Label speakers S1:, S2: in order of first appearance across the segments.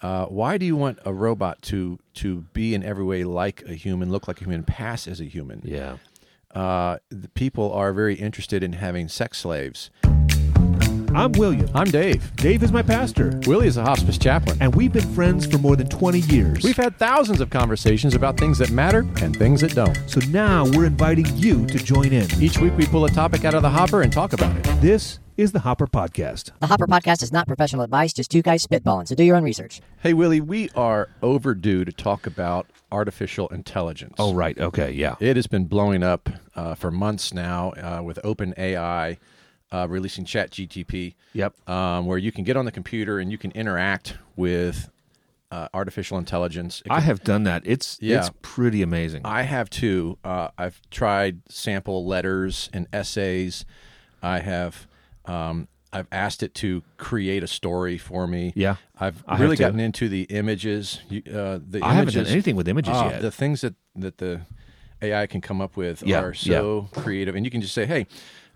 S1: Uh, why do you want a robot to to be in every way like a human, look like a human, pass as a human?
S2: Yeah.
S1: Uh, the people are very interested in having sex slaves.
S3: I'm William.
S1: I'm Dave.
S3: Dave is my pastor,
S1: Willie is a hospice chaplain.
S3: and we've been friends for more than 20 years.
S1: We've had thousands of conversations about things that matter and things that don't.
S3: so now we're inviting you to join in.
S1: Each week we pull a topic out of the hopper and talk about it.
S3: This is the Hopper Podcast.
S4: The Hopper Podcast is not professional advice, just two guys spitballing, so do your own research.
S1: Hey Willie, we are overdue to talk about artificial intelligence.
S2: Oh, right. Okay. Yeah.
S1: It has been blowing up uh, for months now uh, with OpenAI uh, releasing ChatGTP.
S2: Yep.
S1: Um, where you can get on the computer and you can interact with uh, artificial intelligence.
S2: I have done that. It's
S1: Yeah.
S2: it's pretty amazing.
S1: I have too. Uh, I've tried sample letters and essays. I have. Um, I've asked it to create a story for me.
S2: Yeah,
S1: I've
S2: I have
S1: really
S2: to.
S1: gotten into the images. You- Uh, the
S2: I haven't done
S1: images-
S2: anything with images
S1: Ah,
S2: yet.
S1: The things that that the AI can come up with
S2: Yeah,
S1: are so creative, and you can just say, "Hey,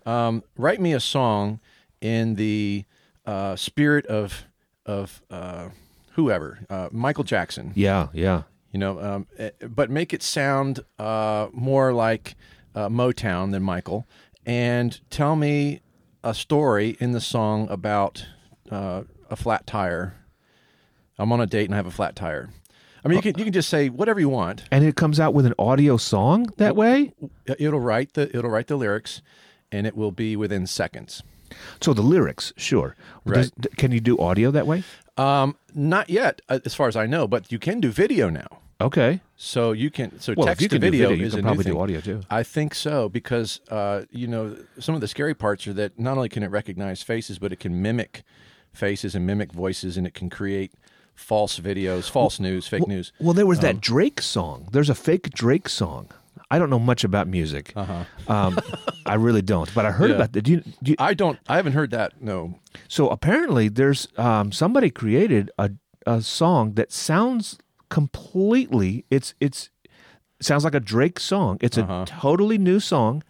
S1: um, write me a song in the uh, spirit of of uh, whoever, uh, Michael Jackson."
S2: yeah. Yeah.
S1: you know, um, eh, but make it sound uh, more like uh, Motown than Michael, and tell me a story in the song about uh, a flat tire. I'm on a date and I have a flat tire. I mean, you can you can just say whatever you want.
S2: And it comes out with an audio song that way.
S1: It'll write the it'll write the lyrics, and it will be within seconds.
S2: So the lyrics, sure. Does- d- can you do audio that way?
S1: Um, not yet, uh, as far as I know, but you can do video now.
S2: Okay.
S1: So you can so
S2: Well, if
S1: text
S2: you
S1: to
S2: can do
S1: video,
S2: video, you
S1: is
S2: can
S1: a new
S2: probably do
S1: thing.
S2: audio, too.
S1: I think so because uh, you know some of the scary parts are that not only can it recognize faces, but it can mimic faces and mimic voices, and it can create false videos, false news, fake news. Um,
S2: Well, there was that Drake song. There's a fake Drake song. I don't know much about music.
S1: Uh-huh.
S2: Um, I really don't. But I heard about that. Do you, do you-
S1: I don't. I haven't heard that. No.
S2: so apparently, there's um, somebody created a a song that sounds completely. It's it's sounds like a Drake song. It's
S1: Uh-huh.
S2: a totally new song.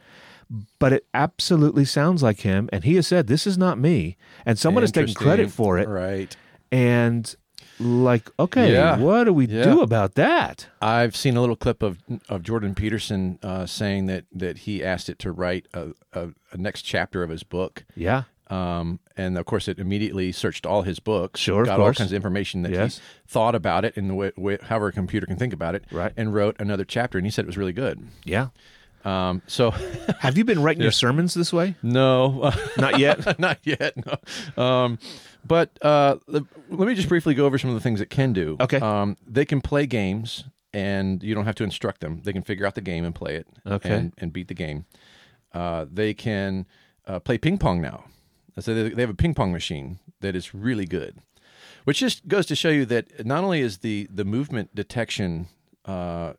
S2: But it absolutely sounds like him, and he has said, "This is not me," and someone has taken credit
S1: Interesting.
S2: for it.
S1: Right.
S2: and like, okay,
S1: Yeah.
S2: what do we
S1: Yeah.
S2: do about that?
S1: I've seen a little clip of of Jordan Peterson uh, saying that that he asked it to write a, a, a next chapter of his book.
S2: Yeah,
S1: Um, and of course, it immediately searched all his books.
S2: Sure, of
S1: got
S2: course.
S1: all kinds of information that
S2: Yes.
S1: he thought about it, in the way, way, however a computer can think about it,
S2: Right.
S1: And wrote another chapter, and he said it was really good.
S2: yeah.
S1: Um, so,
S2: Have you been writing your sermons this way?
S1: no,
S2: Not yet.
S1: not yet. No. Um, but uh, le- let me just briefly go over some of the things it can do.
S2: Okay.
S1: Um, they can play games, and you don't have to instruct them. They can figure out the game and play it.
S2: Okay.
S1: And, and beat the game. Uh, they can uh, play ping pong now. So they, they have a ping pong machine that is really good, which just goes to show you that not only is the the movement detection. Uh,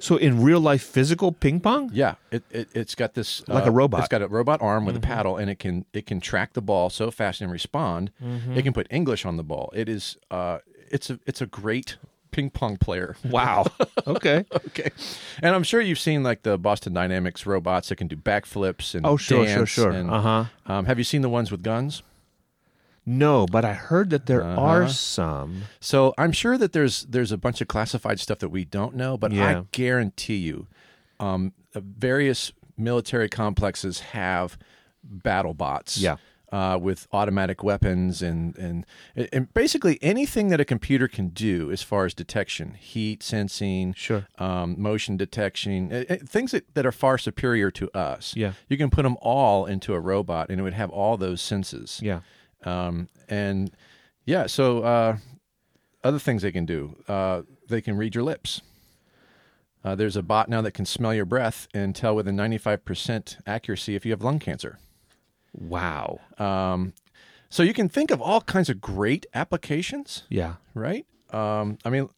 S2: so in real life, physical ping pong.
S1: yeah, it, it it's got this uh,
S2: Like a robot. Mm-hmm.
S1: It's got a robot arm with a paddle, and it can it can track the ball so fast and respond.
S2: Mm-hmm.
S1: It can put English on the ball. It is uh, it's a it's a great ping pong player.
S2: Wow. okay.
S1: okay, and I'm sure you've seen like the Boston Dynamics robots that can do backflips and
S2: Oh, sure, sure,
S1: dance
S2: sure.
S1: and-
S2: Uh-huh.
S1: Um, have you seen the ones with guns?
S2: No, but I heard that there are some.
S1: So I'm sure that there's there's a bunch of classified stuff that we don't know, but
S2: Yeah.
S1: I guarantee you, um, uh, various military complexes have battle bots.
S2: Yeah.
S1: Uh, with automatic weapons and, and and basically anything that a computer can do as far as detection, heat sensing,
S2: Sure.
S1: um, motion detection, uh, uh, things that, that are far superior to us.
S2: Yeah.
S1: you can put them all into a robot, and it would have all those senses
S2: Yeah.
S1: um, and yeah so uh, other things they can do uh, they can read your lips uh, there's a bot now that can smell your breath and tell with a 95% accuracy if you have lung cancer
S2: Wow.
S1: um, so you can think of all kinds of great applications
S2: yeah.
S1: right um, i mean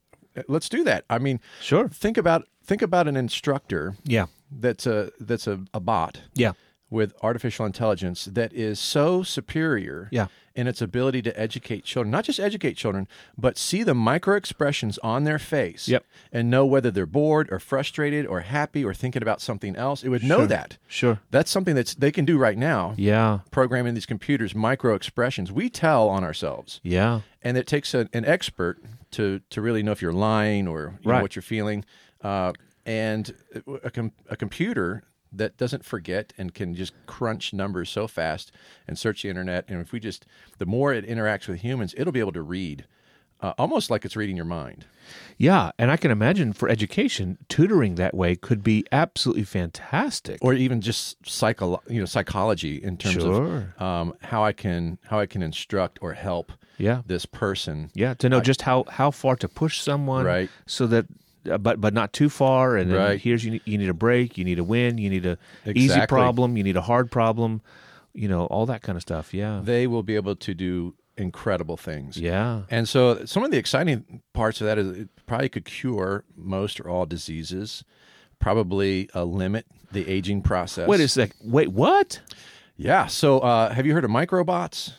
S1: let's do that i mean
S2: Sure.
S1: think about think about an instructor
S2: Yeah.
S1: that's a that's a, a bot
S2: Yeah.
S1: with artificial intelligence that is so superior
S2: Yeah.
S1: in its ability to educate children, not just educate children, but see the micro expressions on their face
S2: Yep.
S1: and know whether they're bored or frustrated or happy or thinking about something else. It would know that.
S2: Sure.
S1: That's something that's they can do right now.
S2: Yeah.
S1: Programming these computers, micro expressions we tell on ourselves.
S2: Yeah.
S1: And it takes a, an expert to to really know if you're lying or you know,
S2: Right.
S1: what you're feeling. Uh, and a, com- a computer that doesn't forget and can just crunch numbers so fast and search the internet. And if we just, the more it interacts with humans, it'll be able to read, uh, almost like it's reading your mind.
S2: Yeah, and I can imagine for education, tutoring that way could be absolutely fantastic.
S1: or even just psycho you know psychology in terms
S2: Sure.
S1: of um, how I can how I can instruct or help
S2: Yeah.
S1: this person.
S2: yeah, to know just how how far to push someone,
S1: Right.
S2: So that, uh, but but not too far. And then
S1: Right.
S2: here's you need, you need a break, you need a win, you need a easy
S1: Exactly.
S2: problem, you need a hard problem, you know, all that kind of stuff. Yeah,
S1: They will be able to do incredible things.
S2: yeah,
S1: And so some of the exciting parts of that is it probably could cure most or all diseases, probably uh, limit the aging process.
S2: Wait a sec. Wait, what?
S1: Yeah. So, uh, have you heard of microbots?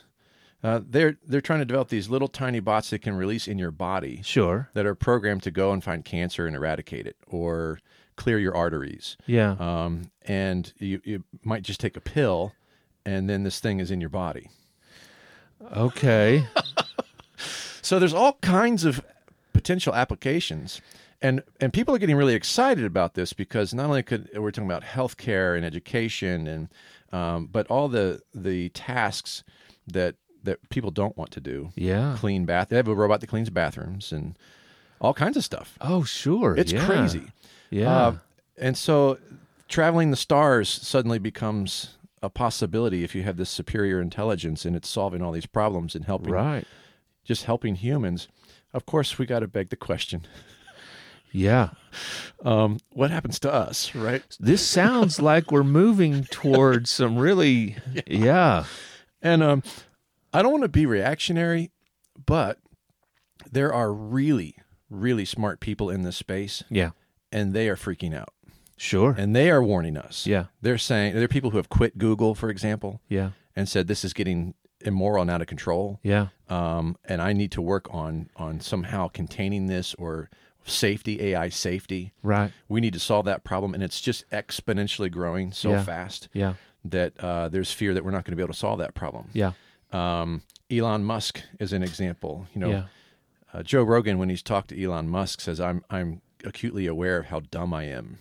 S1: Uh, they're they're trying to develop these little tiny bots that can release in your body
S2: Sure.
S1: that are programmed to go and find cancer and eradicate it or clear your arteries.
S2: Yeah.
S1: Um, and you, you might just take a pill, and then this thing is in your body.
S2: okay.
S1: So there's all kinds of potential applications. And, and people are getting really excited about this because not only could we're talking about healthcare and education and um, but all the the tasks that that people don't want to do
S2: Yeah.
S1: clean bath they have a robot that cleans bathrooms and all kinds of stuff
S2: Oh, sure.
S1: it's
S2: yeah.
S1: crazy
S2: Yeah.
S1: Uh, and so traveling the stars suddenly becomes a possibility if you have this superior intelligence and it's solving all these problems and helping
S2: right.
S1: just helping humans. Of course, we got to beg the question
S2: Yeah.
S1: um, what happens to us, right?
S2: This sounds like we're moving towards some really yeah.
S1: And um, I don't want to be reactionary, but there are really, really smart people in this space,
S2: Yeah.
S1: and they are freaking out.
S2: Sure.
S1: And they are warning us.
S2: Yeah.
S1: They're saying, there are people who have quit Google, for example,
S2: yeah.
S1: and said, this is getting immoral and out of control.
S2: Yeah.
S1: um, and I need to work on on somehow containing this or safety AI safety.
S2: Right.
S1: We need to solve that problem, and it's just exponentially growing so
S2: Yeah.
S1: fast
S2: Yeah.
S1: that uh, there's fear that we're not going to be able to solve that problem.
S2: Yeah.
S1: Um, Elon Musk is an example. You know,
S2: Yeah.
S1: uh, Joe Rogan when he's talked to Elon Musk says, "I'm I'm acutely aware of how dumb I am."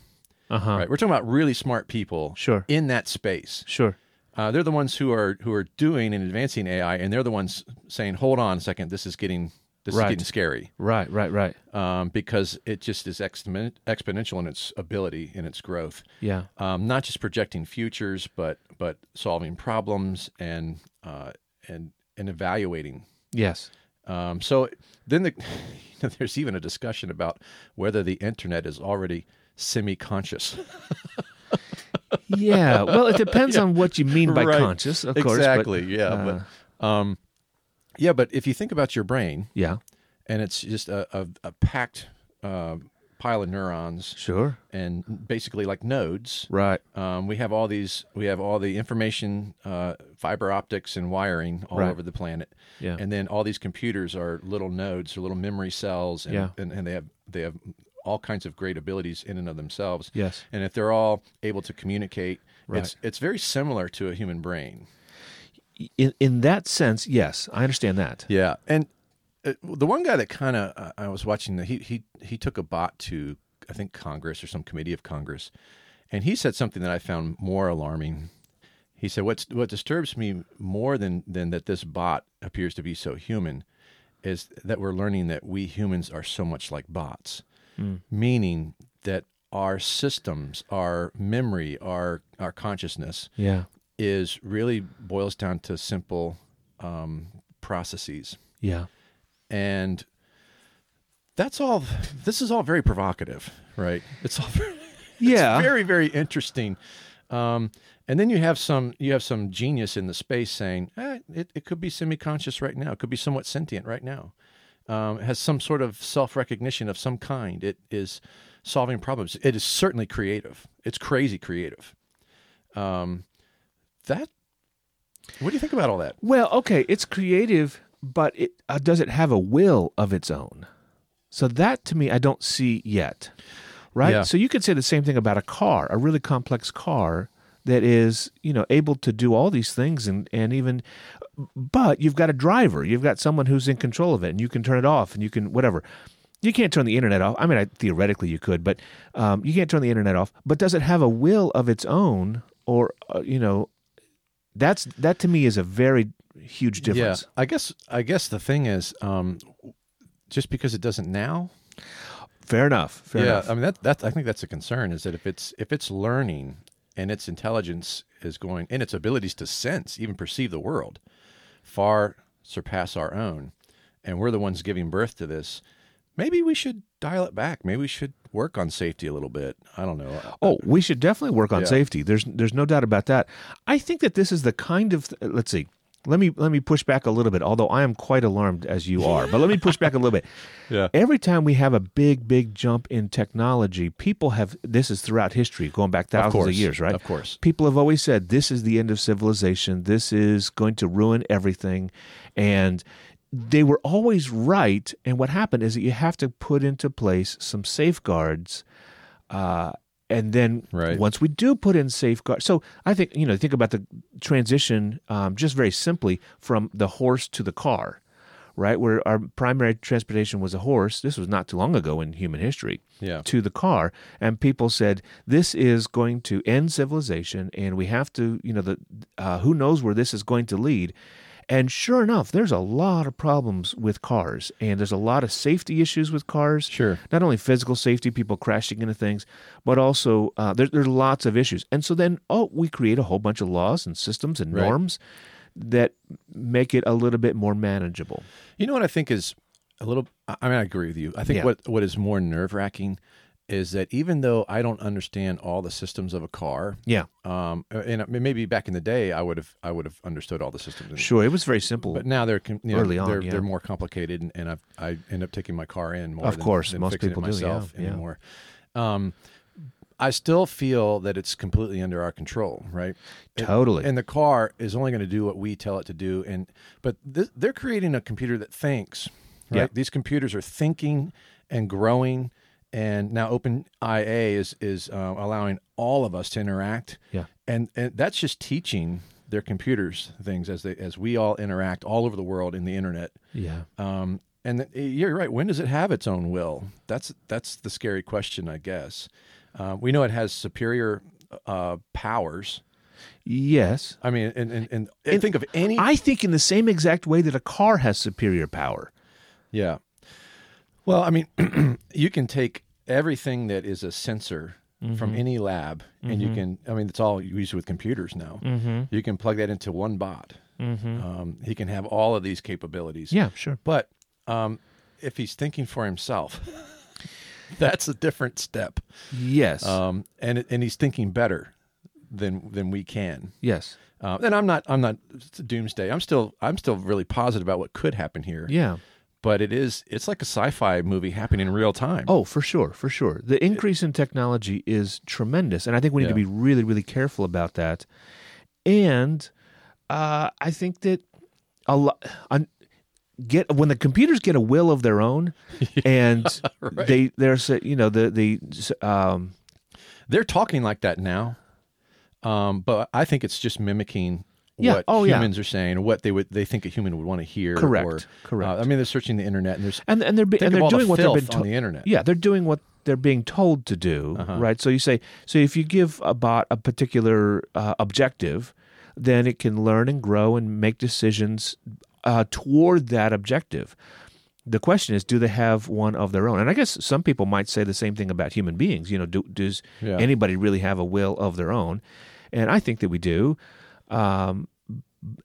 S2: Uh huh.
S1: Right? We're talking about really smart people
S2: Sure.
S1: in that space.
S2: Sure.
S1: Uh, they're the ones who are who are doing and advancing AI, and they're the ones saying, "Hold on a second, this is getting this
S2: Right.
S1: is getting scary,"
S2: Right. Right. Right.
S1: um, because it just is exponent- exponential in its ability and its growth.
S2: Yeah.
S1: Um, not just projecting futures, but but solving problems and uh, and and evaluating.
S2: Yes.
S1: Um, so then the, you know, there's even a discussion about whether the internet is already semi-conscious.
S2: Yeah. Well, it depends on what you mean by
S1: Right.
S2: conscious, of course. but-
S1: exactly. yeah.
S2: uh,
S1: but, um, yeah, but if you think about your brain.
S2: yeah.
S1: and it's just a, a, a packed uh, pile of neurons
S2: Sure.
S1: and basically like nodes.
S2: Right.
S1: Um, we have all these. We have all the information, uh, fiber optics, and wiring all
S2: Right.
S1: over the planet.
S2: Yeah.
S1: And then all these computers are little nodes, or little memory cells, and,
S2: Yeah.
S1: and, and they have they have all kinds of great abilities in and of themselves.
S2: Yes.
S1: And if they're all able to communicate, it's it's very similar to a human brain.
S2: In in that sense, yes, I understand that.
S1: Yeah, and uh, the one guy that kind of uh, I was watching, the, he he he took a bot to I think Congress or some committee of Congress, and he said something that I found more alarming. He said, "What's what disturbs me more than than that this bot appears to be so human, is that we're learning that we humans are so much like bots, meaning that." Our systems, our memory, our our consciousness,
S2: Yeah.
S1: is really boils down to simple um, processes,
S2: Yeah.
S1: and that's all. This is all very provocative, right? It's all very,
S2: Yeah.
S1: very, very interesting. Um, and then you have some you have some genius in the space saying eh, it, it could be semi-conscious right now. It could be somewhat sentient right now. Um, it has some sort of self-recognition of some kind. It is solving problems. It is certainly creative. It's crazy creative. Um, that. What do you think about all that?
S2: Well, okay, it's creative, but it uh, does it have a will of its own? So that to me, I don't see yet, right?
S1: Yeah.
S2: So you could say the same thing about a car, a really complex car that is you know able to do all these things and and even but you've got a driver you've got someone who's in control of it and you can turn it off and you can whatever you can't turn the internet off i mean I, theoretically you could but um, you can't turn the internet off but does it have a will of its own or uh, you know that's that to me is a very huge difference
S1: Yeah, I guess I guess the thing is, um, just because it doesn't now.
S2: fair enough fair
S1: yeah,
S2: enough
S1: I mean that that I think that's a concern is that if it's if it's learning and its intelligence is going and its abilities to sense even perceive the world far surpass our own, and we're the ones giving birth to this. Maybe we should dial it back. Maybe we should work on safety a little bit. I don't know.
S2: Oh, we should definitely work on
S1: Yeah.
S2: safety. There's there's no doubt about that. I think that this is the kind of let's see. Let me let me push back a little bit. Although I am quite alarmed as you are, but let me push back a little bit.
S1: Yeah.
S2: Every time we have a big big jump in technology, people have this is throughout history, going back thousands of,
S1: course,
S2: years, right?
S1: of course.
S2: People have always said this is the end of civilization. This is going to ruin everything, and they were always right. And what happened is that you have to put into place some safeguards uh, and then
S1: Right.
S2: once we do put in safeguards, so I think you know, think about the transition um, just very simply from the horse to the car, right? Where our primary transportation was a horse. This was not too long ago in human history.
S1: Yeah.
S2: To the car, and people said this is going to end civilization, and we have to, you know, the uh, who knows where this is going to lead. And sure enough, there's a lot of problems with cars, and there's a lot of safety issues with cars
S1: Sure.
S2: not only physical safety, people crashing into things, but also uh, there, there's lots of issues. And so then, oh, we create a whole bunch of laws and systems and
S1: Right.
S2: norms that make it a little bit more manageable.
S1: You know what I think is a little. I I mean, I agree with you. I think
S2: Yeah.
S1: what what is more nerve wracking is that even though I don't understand all the systems of a car,
S2: Yeah,
S1: um, and maybe back in the day I would have I would have understood all the systems. and-
S2: sure. It was very simple.
S1: But now they're com- you know,
S2: Early on,
S1: they're,
S2: yeah.
S1: they're more complicated, and, and I've, I end up taking my car in more.
S2: Of
S1: than-
S2: course,
S1: than
S2: most
S1: fixing it
S2: people do, yeah,
S1: myself
S2: yeah.
S1: anymore. Um, I still feel that it's completely under our control, right? It-
S2: Totally.
S1: and the car is only going to do what we tell it to do. And but th- they're creating a computer that thinks. Right.
S2: Yeah.
S1: These computers are thinking and growing, and now OpenIA is is uh, allowing all of us to interact.
S2: Yeah.
S1: And and that's just teaching their computers things as they as we all interact all over the world in the internet.
S2: yeah.
S1: Um, and th- you're right. When does it have its own will? That's that's the scary question, I guess. Uh, we know it has superior uh, powers.
S2: Yes.
S1: I mean, and and, and, think of any.
S2: I think in the same exact way that a car has superior power.
S1: yeah. Well, I mean, you can take everything that is a sensor
S2: Mm-hmm.
S1: from any lab, and you can. I mean, it's all used with computers now.
S2: Mm-hmm.
S1: You can plug that into one bot. Um, he can have all of these capabilities.
S2: Yeah, sure.
S1: But um, if he's thinking for himself, that's a different step.
S2: Yes.
S1: Um, and it- and he's thinking better than than we can.
S2: yes.
S1: Uh, and I'm not I'm not it's a doomsday. I'm still I'm still really positive about what could happen here.
S2: Yeah.
S1: But it is it's like a sci-fi movie happening in real time.
S2: Oh, for sure, for sure. The increase in technology is tremendous, and I think we need
S1: Yeah.
S2: to be really, really careful about that. And uh, I think that a lot. Get when the computers get a will of their own, and they there's a- you know the the um,
S1: They're talking like that now. Um, but I think it's just mimicking
S2: Yeah.
S1: what
S2: Oh, yeah.
S1: humans are saying, what they would they think a human would want to hear.
S2: Correct.
S1: Or,
S2: Correct.
S1: Uh, I mean, they're searching the internet and there's
S2: and and they're be-
S1: Think
S2: and
S1: of
S2: they're
S1: all the
S2: doing what they've been
S1: filth on the internet. Uh-huh.
S2: Yeah, they're doing what they're being told to do, right? So you say so if you give a bot a particular uh, objective, then it can learn and grow and make decisions uh, toward that objective. The question is, do they have one of their own? And I guess some people might say the same thing about human beings. You know, do, does
S1: Yeah.
S2: anybody really have a will of their own? And I think that we do. Um,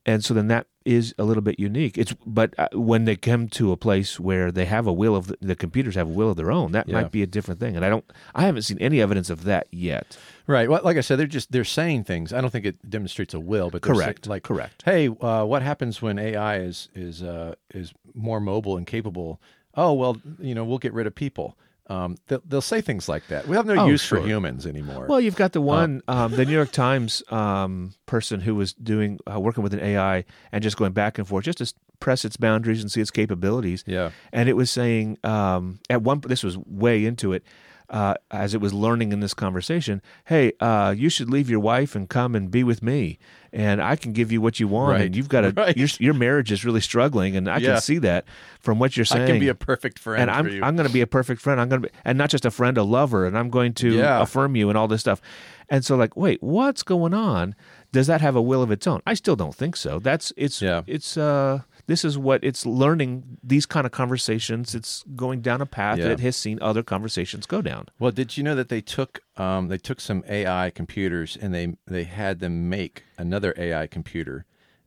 S2: and so then that is a little bit unique. It's but uh, when they come to a place where they have a will of the computers have a will of their own, that
S1: Yeah.
S2: might be a different thing. And I don't, I haven't seen any evidence of that yet.
S1: Right. Well, like I said, they're just they're saying things. I don't think it demonstrates a will, but they're saying-
S2: Correct.
S1: like
S2: Correct.
S1: Hey, uh, what happens when AI is is uh, is more mobile and capable? Oh well, you know we'll get rid of people. Um, they'll, they'll say things like that. We have no
S2: Oh,
S1: use
S2: sure.
S1: for humans anymore.
S2: Well, you've got the one, um, the New York Times um, person who was doing uh, working with an AI and just going back and forth just to s- press its boundaries and see its capabilities.
S1: Yeah.
S2: and it was saying um, at one. This was way into it. uh, as it was learning in this conversation, hey, uh, you should leave your wife and come and be with me, and I can give you what you want,
S1: Right.
S2: and you've got a
S1: Right.
S2: your, your marriage is really struggling, and I
S1: Yeah.
S2: can see that from what you're saying.
S1: I can be a perfect friend
S2: and I'm
S1: for you.
S2: I'm going to be a perfect friend. I'm going to be, and not just a friend, a lover, and I'm going to
S1: Yeah.
S2: affirm you and all this stuff. And so, like, wait, what's going on? Does that have a will of its own? I still don't think so. That's it's
S1: Yeah.
S2: it's uh this is what it's learning these kind of conversations. It's going down a path
S1: Yeah.
S2: that it has seen other conversations go down.
S1: well, did you know that they took um, they took some AI computers and they they had them make another AI computer,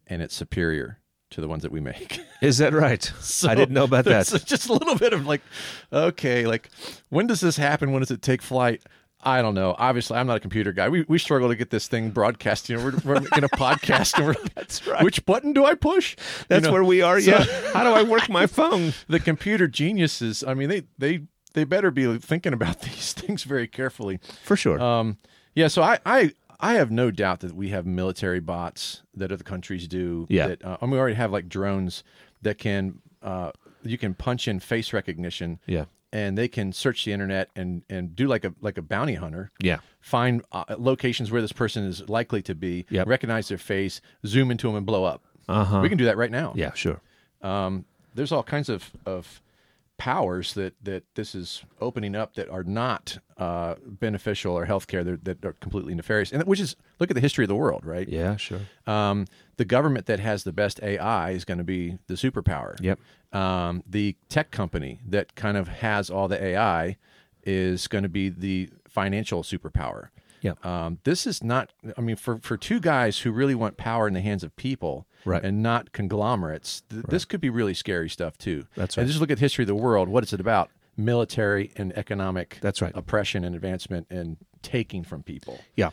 S1: and it's superior to the ones that we make.
S2: Is that right? I didn't know about that.
S1: there's Just a little bit of like, okay, like when does this happen? When does it take flight? I don't know. Obviously, I'm not a computer guy. We, we struggle to get this thing broadcast. You know, we're, we're making a podcast, and we're that's
S2: right.
S1: Which button do I push? You
S2: That's
S1: know,
S2: where we are.
S1: so-
S2: Yeah. How do I work my phone?
S1: the computer geniuses. I mean, they they they better be thinking about these things very carefully.
S2: For sure.
S1: Um, yeah, so I, I I have no doubt that we have military bots that other countries do.
S2: Yeah.
S1: that, uh, and we already have like drones that can uh, you can punch in face recognition.
S2: Yeah.
S1: and they can search the internet and and do like a like a bounty hunter.
S2: Yeah.
S1: find uh, locations where this person is likely to be.
S2: Yep.
S1: recognize their face, zoom into them, and blow up.
S2: Uh-huh.
S1: We can do that right now.
S2: yeah. Sure.
S1: Um, there's all kinds of, of powers that, that this is opening up that are not uh, beneficial or healthcare that, that are completely nefarious. And which is look at the history of the world, right?
S2: Yeah. Sure.
S1: Um, the government that has the best AI is going to be the superpower.
S2: Yep.
S1: Um, the tech company that kind of has all the AI is going to be the financial superpower.
S2: Yep.
S1: Um, this is not. I mean, for for two guys who really want power in the hands of people,
S2: Right.
S1: and not conglomerates, th- this could be really scary stuff too.
S2: That's
S1: And
S2: right.
S1: just look at the history of the world. What is it about? Military and economic.
S2: That's right.
S1: Oppression and advancement and taking from people
S2: Yeah.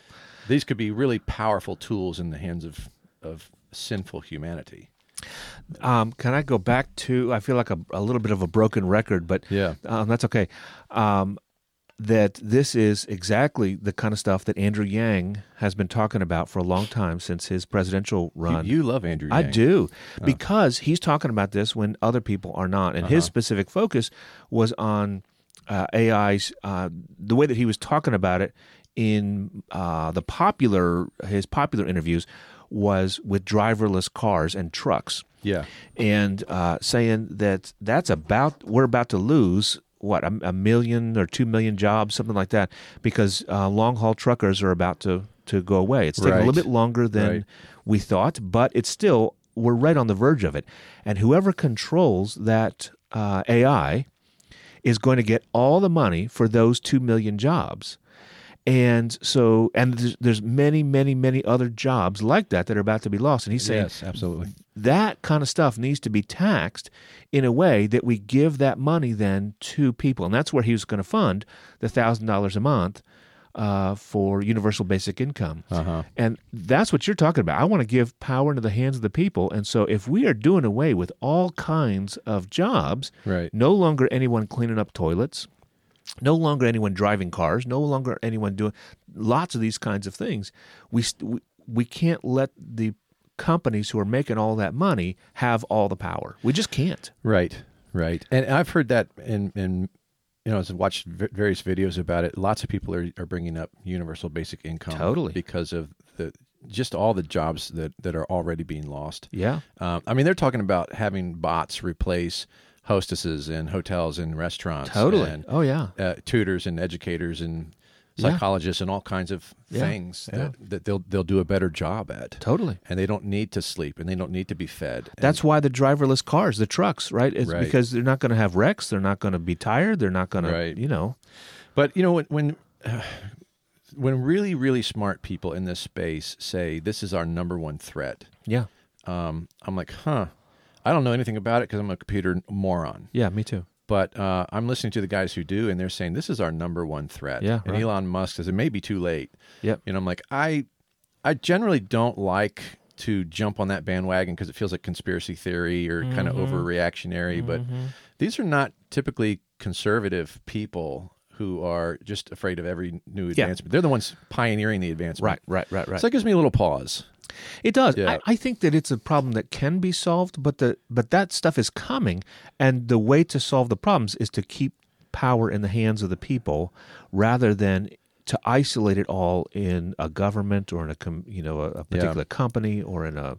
S1: these could be really powerful tools in the hands of of sinful humanity.
S2: Um, can I go back to? I feel like a, a little bit of a broken record, but
S1: Yeah.
S2: um, that's okay. Um, that this is exactly the kind of stuff that Andrew Yang has been talking about for a long time since his presidential
S1: You,
S2: run.
S1: you love Andrew.
S2: I
S1: Yang. Uh.
S2: do because he's talking about this when other people are not, and
S1: Uh-huh.
S2: his specific focus was on uh, AI's uh, the way that he was talking about it in uh, the popular his popular interviews was with driverless cars and trucks
S1: Yeah.
S2: and uh, saying that that's about we're about to lose what a, a million or two million jobs, something like that, because uh, long haul truckers are about to to go away. It's taking a
S1: Right.
S2: little bit longer than
S1: Right.
S2: we thought, but it's still we're right on the verge of it. And whoever controls that uh, AI is going to get all the money for those two million jobs. And so, and there's, there's many, many, many other jobs like that that are about to be lost. And he's saying,
S1: Yes, absolutely.
S2: that kind of stuff needs to be taxed in a way that we give that money then to people. And that's where he was going to fund the $1,000 a month uh, for universal basic income. And that's what you're talking about. I want to give power into the hands of the people. And so if we are doing away with all kinds of jobs,
S1: Right.
S2: no longer anyone cleaning up toilets, no longer anyone driving cars, no longer anyone doing lots of these kinds of things. We st- we, we can't let the companies who are making all that money have all the power. We just can't.
S1: Right. Right. And I've heard that in in you know, as I've watched v- various videos about it, lots of people are, are bringing up universal basic income
S2: Totally.
S1: because of the just all the jobs that that are already being lost.
S2: Yeah.
S1: Um, I mean, they're talking about having bots replace hostesses in hotels and restaurants.
S2: Totally.
S1: and-
S2: oh yeah.
S1: uh, tutors and educators and
S2: Yeah.
S1: psychologists and all kinds of
S2: Yeah.
S1: things that, that they'll they'll do a better job at.
S2: Totally.
S1: And they don't need to sleep and they don't need to be fed. And-
S2: That's why the driverless cars, the trucks, right? It's
S1: Right.
S2: because they're not going to have wrecks, they're not going to be tired, they're not going
S1: Right.
S2: to, you know.
S1: but you know when when when really really smart people in this space say this is our number one threat,
S2: Yeah.
S1: um, I'm like, huh. I don't know anything about it because I'm a computer moron.
S2: Yeah, me too.
S1: But uh, I'm listening to the guys who do, and they're saying this is our number one threat.
S2: Yeah,
S1: and
S2: right.
S1: Elon Musk says it may be too late.
S2: Yep.
S1: And I'm like, I, I generally don't like to jump on that bandwagon because it feels like conspiracy theory or kind of
S2: Mm-hmm.
S1: overreactionary. But these are not typically conservative people who are just afraid of every new advancement. They're the ones pioneering the advancement.
S2: Right, right, right, right.
S1: So that gives me a little pause.
S2: It does.
S1: Yeah.
S2: I, I think that it's a problem that can be solved, but the but that stuff is coming, and the way to solve the problems is to keep power in the hands of the people rather than to isolate it all in a government or in a com, you know a, a particular company or in a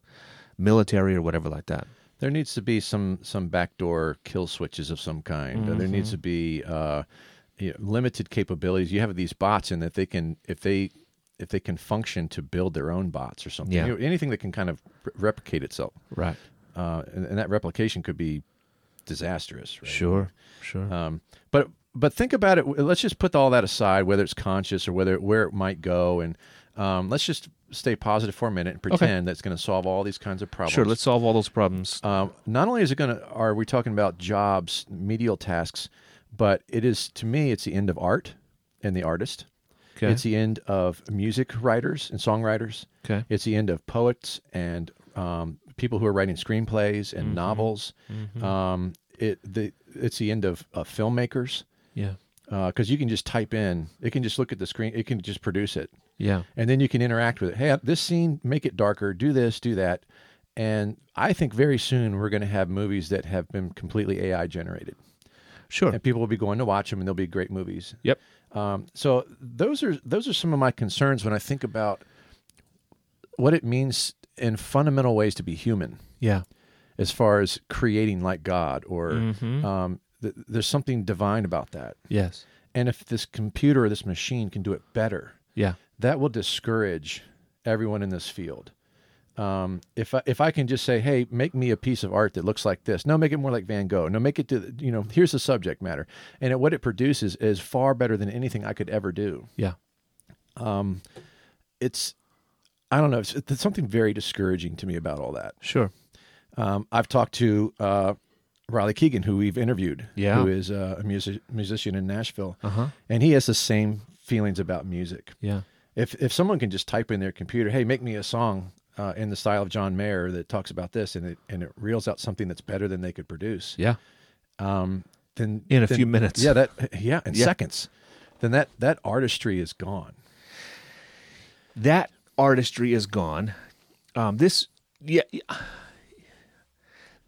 S2: military or whatever like that.
S1: There needs to be some some backdoor kill switches of some kind. Uh, There
S2: Mm-hmm.
S1: needs to be uh, you know, limited capabilities. You have these bots, and that they can if they if they can function to build their own bots or something.
S2: Yeah.
S1: You know, anything that can kind of re- replicate itself,
S2: Right.
S1: uh, and, and that replication could be disastrous. Right?
S2: Sure. Sure.
S1: Um, but but think about it. Let's just put all that aside, whether it's conscious or whether where it might go, and um, let's just stay positive for a minute and pretend that's going to solve all these kinds of problems.
S2: sure. Let's solve all those problems.
S1: Um, not only is it going to are we talking about jobs, medial tasks, but it is to me it's the end of art and the artist.
S2: Okay.
S1: It's the end of music writers and songwriters.
S2: Okay.
S1: It's the end of poets and um, people who are writing screenplays
S2: Mm-hmm.
S1: and novels. Um, it the it's the end of, of filmmakers
S2: Yeah.
S1: because you can just type in. It can just look at the screen. It can just produce it,
S2: Yeah.
S1: and then you can interact with it. Hey, this scene, make it darker. Do this, do that. And I think very soon we're going to have movies that have been completely AI generated,
S2: Sure.
S1: and people will be going to watch them, and they'll be great movies.
S2: Yep.
S1: Um, so those are those are some of my concerns when I think about what it means in fundamental ways to be human,
S2: Yeah.
S1: as far as creating like God, or um, th- there's something divine about that.
S2: Yes.
S1: And if this computer or this machine can do it better,
S2: Yeah.
S1: that will discourage everyone in this field. Um, if I, if I can just say, hey, make me a piece of art that looks like this. No, make it more like Van Gogh. No, make it do you know here's the subject matter, and it, what it produces is far better than anything I could ever do.
S2: Yeah.
S1: It's I don't know. It's, it's something very discouraging to me about all that.
S2: Sure.
S1: Um, I've talked to uh, Riley Keegan, who we've interviewed,
S2: Yeah.
S1: who is uh, a music, musician in Nashville,
S2: Uh-huh.
S1: and he has the same feelings about music.
S2: Yeah.
S1: If if someone can just type in their computer, hey, make me a song uh, in the style of John Mayer that talks about this, and it and it reels out something that's better than they could produce,
S2: Yeah.
S1: then
S2: In a
S1: then-
S2: few minutes.
S1: yeah, that yeah, in
S2: Yeah.
S1: seconds, then that that artistry is gone.
S2: that artistry is gone. Um, this, yeah,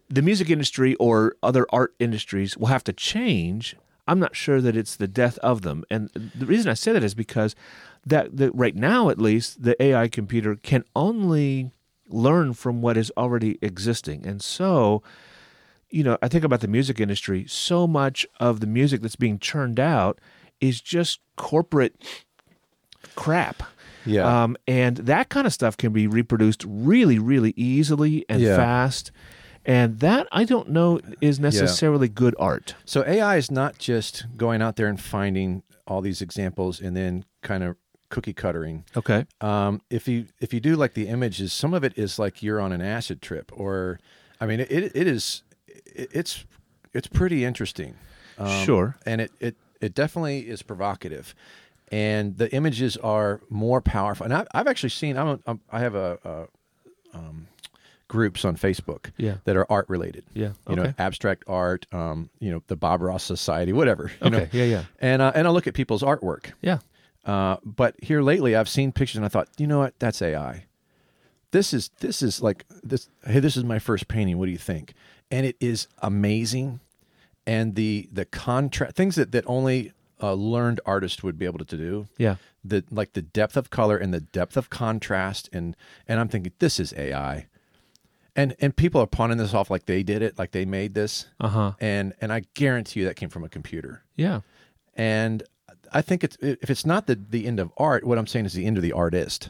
S2: the music industry or other art industries will have to change. I'm not sure that it's the death of them, and the reason I say that is because that, that right now, at least, the AI computer can only learn from what is already existing, and so you know, I think about the music industry, so much of the music that's being churned out is just corporate crap.
S1: Yeah.
S2: Um, and that kind of stuff can be reproduced really, really easily and
S1: Yeah.
S2: fast. And that I don't know is necessarily good art.
S1: So AI is not just going out there and finding all these examples and then kind of cookie cuttering.
S2: Okay.
S1: um, if you if you do like the images, some of it is like you're on an acid trip, or I mean, it it is it, it's it's pretty interesting, Um,
S2: sure.
S1: and it it it definitely is provocative, and the images are more powerful. And I, I've actually seen I'm, a, I'm I have a, a um, groups on Facebook
S2: Yeah.
S1: that are art related,
S2: Yeah.
S1: you know,
S2: Okay.
S1: abstract art, um, you know, the Bob Ross Society, whatever, you know?
S2: Okay. Yeah, yeah.
S1: and uh, and I look at people's artwork.
S2: Yeah.
S1: Uh, but here lately, I've seen pictures, and I thought, you know what? That's AI. This is this is like this. Hey, this is my first painting. What do you think? And it is amazing, and the the contrast things that that only a learned artist would be able to do.
S2: Yeah.
S1: The like the depth of color and the depth of contrast, and and I'm thinking this is AI, and and people are pawning this off like they did it, like they made this,
S2: Uh huh.
S1: and and I guarantee you that came from a computer
S2: Yeah.
S1: and I think it's if it's not the the end of art, what I'm saying is the end of the artist.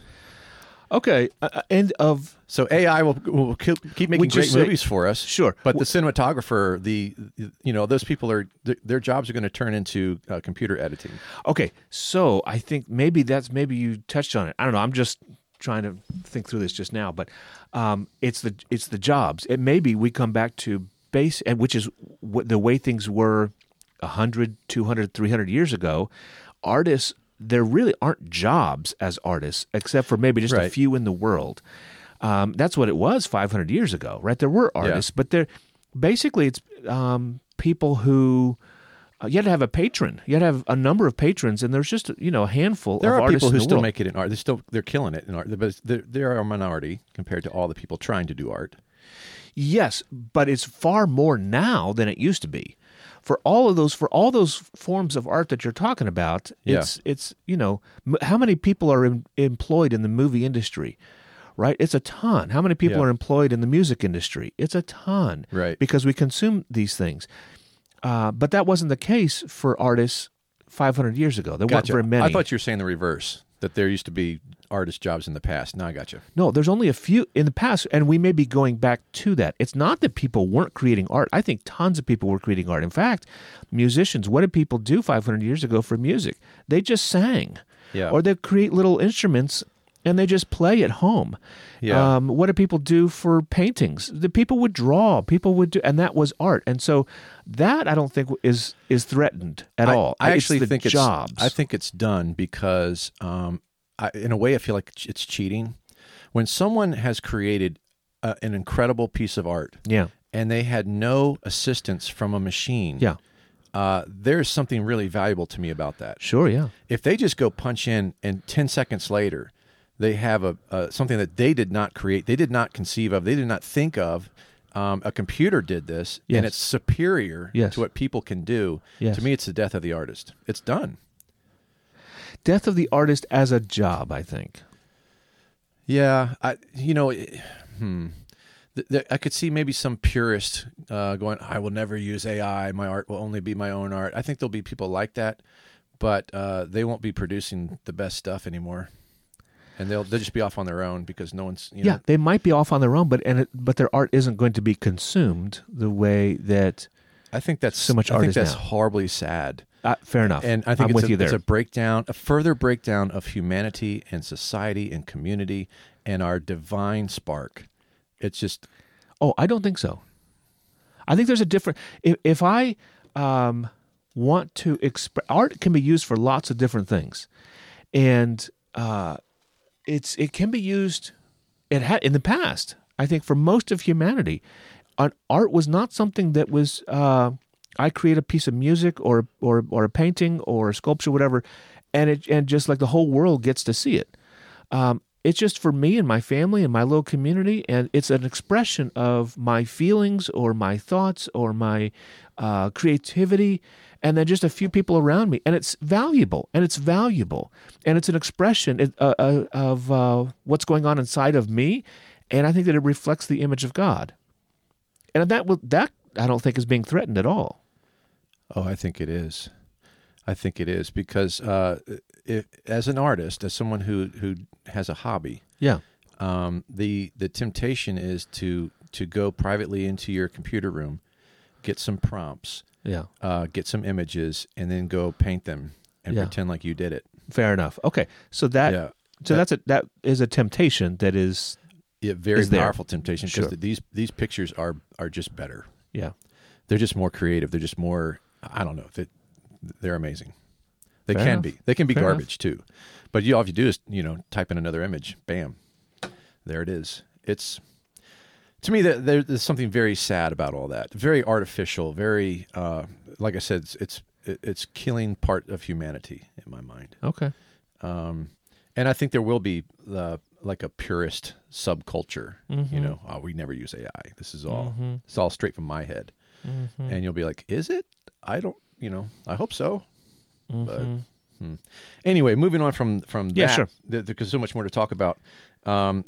S2: Okay. Uh, uh, end of.
S1: So AI will, will keep keep making
S2: Would you
S1: great
S2: say-
S1: movies for us,
S2: Sure.
S1: But the cinematographer, the you know those people are th- their jobs are going to turn into uh, computer editing.
S2: Okay. So I think maybe that's maybe you touched on it. I don't know. I'm just trying to think through this just now, but um, it's the it's the jobs. It maybe we come back to base and which is w- the way things were 100, 200, 300 years ago. Artists there really aren't jobs as artists except for maybe just a
S1: Right.
S2: few in the world. Um, that's what it was 500 years ago, right? There were artists, but they're basically it's um, people who uh, you had to have a patron. You had to have a number of patrons, and there's just you know a handful.
S1: There
S2: of
S1: are
S2: artists
S1: people
S2: in
S1: who
S2: the
S1: still
S2: world.
S1: make it in art. They're still they're killing it in art, but it's- they're, they are a minority compared to all the people trying to do art.
S2: Yes, but it's far more now than it used to be. for all of those for all those forms of art that you're talking about,
S1: Yeah.
S2: it's it's you know m- how many people are em employed in the movie industry, right? It's a ton. How many people
S1: Yeah.
S2: are employed in the music industry? It's a ton,
S1: Right.
S2: Because we consume these things, uh, but that wasn't the case for artists 500 years ago. There weren't
S1: Gotcha.
S2: very many.
S1: I thought you were saying the reverse that there used to be artist jobs in the past. Now I got you.
S2: No, there's only a few in the past, and we may be going back to that. It's not that people weren't creating art. I think tons of people were creating art. In fact, musicians, what did people do 500 years ago for music? They just sang.
S1: Yeah.
S2: Or they create little instruments and they just play at home.
S1: Yeah.
S2: Um, what do people do for paintings? The people would draw. People would do, and that was art. And so that I don't think is is threatened at
S1: I,
S2: all.
S1: I
S2: It's
S1: actually
S2: the
S1: think
S2: jobs.
S1: it's. I think it's done because, um, I, in a way, I feel like it's- it's cheating. When someone has created uh, an incredible piece of art,
S2: yeah,
S1: and they had no assistance from a machine,
S2: yeah,
S1: uh, there's something really valuable to me about that.
S2: sure, yeah,
S1: If they just go punch in, and 10 seconds later, they have a uh, something that they did not create, they did not conceive of, they did not think of. Um, a computer did this,
S2: Yes.
S1: and it's superior
S2: Yes.
S1: to what people can do.
S2: Yes.
S1: To me, it's the death of the artist. It's done.
S2: death of the artist as a job. I think.
S1: Yeah, I you know, it, hmm. Th- th- I could see maybe some purist uh, going, "I will never use AI. My art will only be my own art." I think there'll be people like that, but uh, they won't be producing the best stuff anymore, and they'll they'll just be off on their own because no one's you
S2: yeah,
S1: know,
S2: they might be off on their own, but and it, but their art isn't going to be consumed the way that.
S1: I think that's
S2: So much
S1: I
S2: art
S1: think
S2: is
S1: that's
S2: now.
S1: horribly sad,
S2: Uh, fair enough,
S1: and I think
S2: I'm
S1: it's,
S2: with
S1: a,
S2: you there.
S1: it's a breakdown, a further breakdown of humanity and society and community and our divine spark. It's just
S2: oh, I don't think so. I think there's a different. If, if I um, want to express art, can be used for lots of different things, and uh, it's it can be used. It had in the past. I think for most of humanity, an art was not something that was. Uh, I create a piece of music or or or a painting or a sculpture, whatever, and it and just like the whole world gets to see it. Um, it's just for me and my family and my little community, and it's an expression of my feelings or my thoughts or my uh, creativity, and then just a few people around me, and it's valuable, and it's valuable, and it's an expression it- uh, uh, of uh, what's going on inside of me, and I think that it reflects the image of God, and that will that I don't think is being threatened at all.
S1: Oh, I think it is. I think it is because uh, if, as an artist, as someone who who has a hobby,
S2: Yeah,
S1: um, the the temptation is to to go privately into your computer room, get some prompts,
S2: yeah,
S1: uh, get some images, and then go paint them and
S2: Yeah.
S1: pretend like you did it.
S2: fair enough. Okay, so that
S1: yeah,
S2: so that's a that is a temptation that is
S1: yeah, very
S2: is there.
S1: powerful temptation because
S2: Sure.
S1: these these pictures are are just better.
S2: yeah.
S1: They're just more creative. They're just more. I don't know. They, they're amazing. They
S2: Fair
S1: can
S2: enough.
S1: be. They can be
S2: Fair enough.
S1: garbage too. But you all you have to do is you know type in another image. Bam, there it is. It's to me that there, there's something very sad about all that. Very artificial. Very uh, like I said, it's, it's it's killing part of humanity in my mind.
S2: Okay.
S1: And I think there will be uh, like a purist subculture. You
S2: Mm-hmm.
S1: know, oh, we never use AI. This is all. It's all straight from my head.
S2: Mm-hmm.
S1: And you'll be like, is it? I don't. You know, I hope so. But hmm. anyway, moving on from from
S2: Mm-hmm. Yeah,
S1: that,
S2: sure.
S1: th- there's so much more to talk about. Um,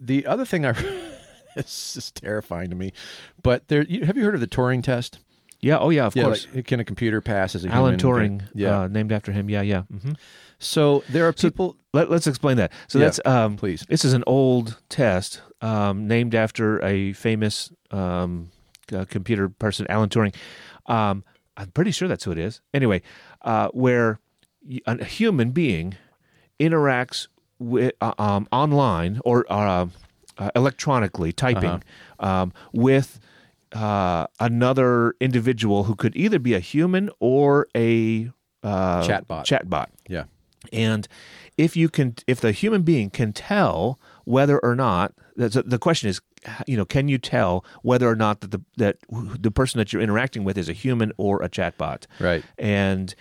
S1: the other thing I it's just terrifying to me, but there you, have you heard of the Turing test?
S2: Yeah. Oh, yeah. Of course.
S1: like, can a computer pass as a human?
S2: Alan Turing,
S1: Can- Yeah.
S2: uh, named after him. Yeah, yeah. hmm
S1: so there are
S2: So-
S1: people.
S2: Let, let's explain that. So
S1: Yeah,
S2: that's um,
S1: please.
S2: This is an old test um, named after a famous um, uh, computer person, Alan Turing. Um, I'm pretty sure that's who it is. Anyway, uh, where y- a human being interacts with, uh, um, online or uh, uh, electronically typing
S1: Uh-huh.
S2: um, with uh, another individual who could either be a human or a uh,
S1: Chatbot.
S2: Chatbot.
S1: yeah.
S2: And if you can, if the human being can tell whether or not that's the question is, you know, can you tell whether or not that the that the person that you're interacting with is a human or a chatbot?
S1: Right.
S2: And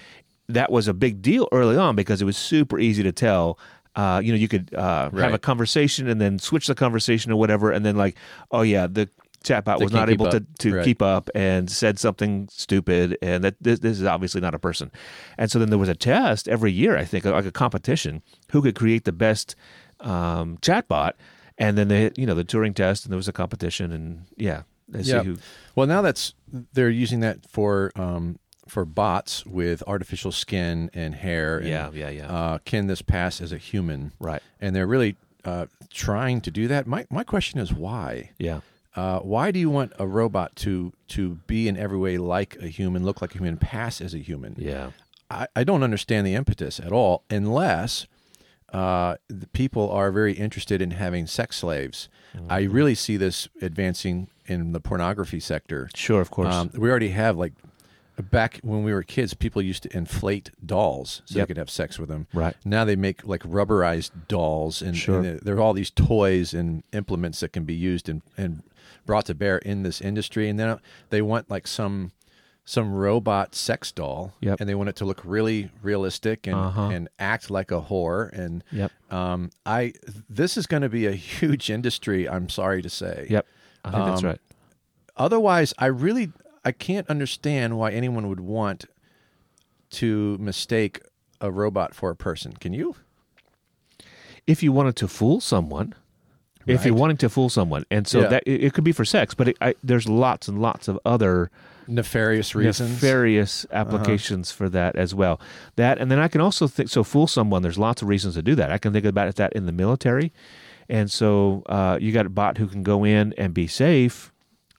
S2: that was a big deal early on because it was super easy to tell. Uh, you know, you could uh, have
S1: Right.
S2: a conversation and then switch the conversation or whatever, and then like, oh yeah, the chatbot
S1: They
S2: was
S1: can't
S2: not
S1: keep
S2: able to,
S1: up.
S2: to
S1: Right.
S2: keep up and said something stupid and that this, this is obviously not a person and so then there was a test every year i think like a competition who could create the best um, chatbot and then they you know the turing test and there was a competition and yeah they see
S1: Yeah.
S2: who-
S1: Well, now that's they're using that for um, for bots with artificial skin and hair. And,
S2: Yeah, yeah, yeah.
S1: Uh, can this pass as a human?
S2: Right.
S1: And they're really uh, trying to do that. My my question is why?
S2: yeah
S1: Uh, why do you want a robot to to be in every way like a human, look like a human, pass as a human?
S2: yeah
S1: I, I don't understand the impetus at all, unless uh, the people are very interested in having sex slaves. I really see this advancing in the pornography sector.
S2: sure of course
S1: Um, we already have like back when we were kids, people used to inflate dolls so
S2: Yep.
S1: they could have sex with them.
S2: Right.
S1: now they make like rubberized dolls, and,
S2: Sure.
S1: and there are all these toys and implements that can be used and, and brought to bear in this industry. And then they want like some some robot sex doll,
S2: Yep. Uh-huh.
S1: and they want it to look really realistic and and act like a whore. And
S2: Yep.
S1: um, I this is going to be a huge industry. I'm sorry to say
S2: yep i think
S1: Um,
S2: that's right
S1: otherwise i really i can't understand why anyone would want to mistake a robot for a person can you
S2: if you wanted to fool someone if you're
S1: Right.
S2: wanting to fool someone and so
S1: Yeah.
S2: that it, it could be for sex but it, I, there's lots and lots of other
S1: nefarious reasons Uh-huh.
S2: nefarious applications for that as well. That and then I can also think so fool someone. There's lots of reasons to do that. I can think about that in the military, and so uh, you got a bot who can go in and be safe.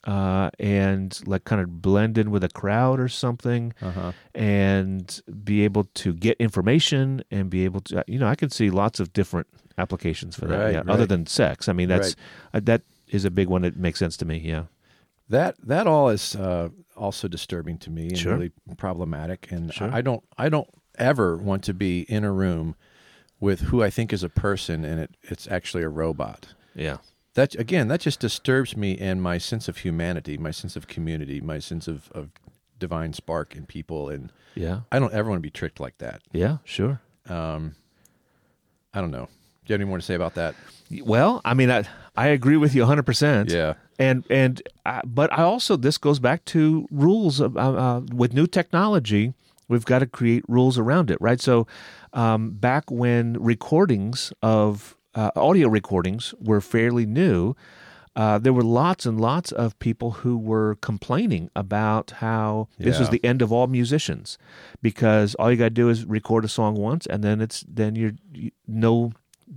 S2: Uh, and like kind of blend in with a crowd or something,
S1: Uh-huh.
S2: and be able to get information and be able to, you know, I can see lots of different applications for that.
S1: Right,
S2: yeah, Other
S1: right.
S2: than sex, I mean, that's uh, that is a big one that makes sense to me. Yeah,
S1: that that all is uh, also disturbing to me and
S2: Sure.
S1: really problematic and
S2: Sure.
S1: I, I don't i don't ever want to be in a room with who i think is a person and it, it's actually a robot
S2: yeah,
S1: that again that just disturbs me and my sense of humanity my sense of community my sense of, of divine spark in people and
S2: yeah,
S1: i don't ever want to be tricked like that
S2: yeah. Sure.
S1: I don't know. Do you have any more to say about that?
S2: Well, I mean, I I agree with you 100. percent
S1: Yeah.
S2: And and I, but I also this goes back to rules of, uh, uh, with new technology. We've got to create rules around it, right? So, um, back when recordings of uh, audio recordings were fairly new, uh, there were lots and lots of people who were complaining about how this was
S1: Yeah.
S2: the end of all musicians because all you got to do is record a song once and then it's then you're you, no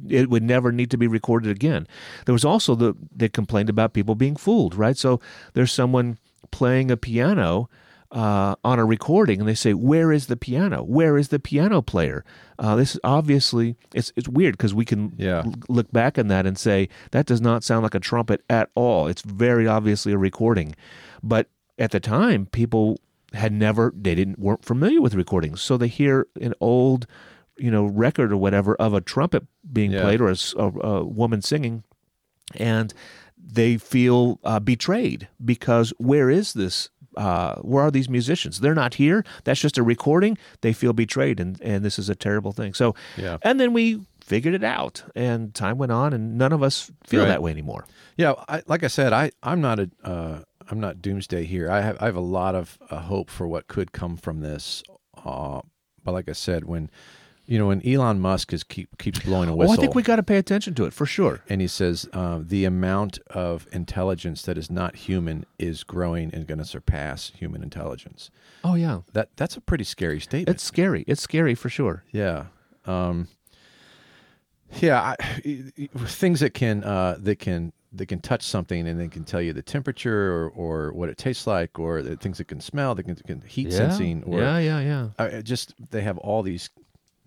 S2: it would never need to be recorded again there was also the they complained about people being fooled right so there's someone playing a piano uh, on a recording and they say where is the piano where is the piano player uh, this is obviously it's it's weird because we can
S1: Yeah.
S2: l- look back on that and say that does not sound like a trumpet at all it's very obviously a recording but at the time people had never they didn't weren't familiar with recordings so they hear an old you know record or whatever of a trumpet being
S1: Yeah.
S2: played or a, s- a- a woman singing and they feel uh, betrayed because where is this uh, where are these musicians they're not here that's just a recording they feel betrayed and, and this is a terrible thing so
S1: Yeah.
S2: and then we figured it out and time went on and none of us feel
S1: Right.
S2: that way anymore
S1: Yeah. I, like I said, I I'm not a uh, I'm not doomsday here. I have I have a lot of uh, hope for what could come from this. Uh, but like I said, when you know when Elon Musk is keep keeps blowing a
S2: well
S1: whistle,
S2: Oh, i think we got to pay attention to it for sure
S1: and he says uh, the amount of intelligence that is not human is growing and going to surpass human intelligence.
S2: oh yeah
S1: That that's a pretty scary statement.
S2: it's scary it's scary for sure
S1: Yeah. Um, yeah. I, e, things that can uh, that can that can touch something and they can tell you the temperature or, or what it tastes like or the things that can smell, that can, can heat sensing or
S2: yeah yeah yeah
S1: I- I just they have all these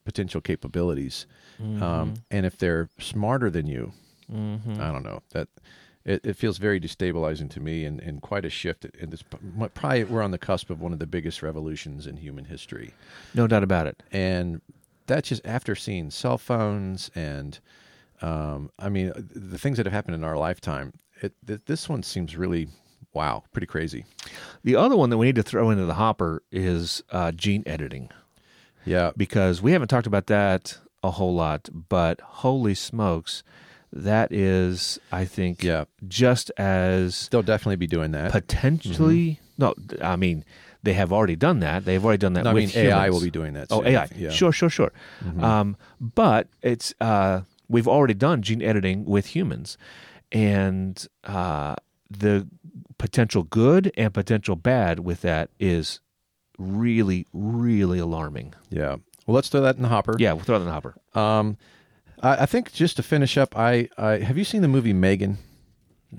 S1: potential capabilities.
S2: Mm-hmm.
S1: Um, and if they're smarter than you, I don't know that. It, it feels very destabilizing to me, and, and quite a shift. And this probably we're on the cusp of one of the biggest revolutions in human history
S2: no doubt about it
S1: and that's just after seeing cell phones and um, I mean the things that have happened in our lifetime. It, th- this one seems really wow, pretty crazy.
S2: The other one that we need to throw into the hopper is uh, gene editing
S1: Yeah,
S2: because we haven't talked about that a whole lot, but holy smokes, that is, I think,
S1: Yeah.
S2: just as
S1: They'll definitely be doing that.
S2: potentially. No, th- I mean, they have already done that. They've already done that.
S1: Mm-hmm. No, I
S2: with
S1: mean, AI
S2: humans.
S1: will be doing that.
S2: Oh,
S1: soon.
S2: AI.
S1: Yeah. Mm-hmm.
S2: Sure, sure, sure. Um, but it's uh, we've already done gene editing with humans, and uh, the potential good and potential bad with that is really, really alarming.
S1: Yeah. Well, let's throw that in the hopper.
S2: Yeah, we'll throw it in the hopper.
S1: Um, I, I think just to finish up, I, I have you seen the movie Megan?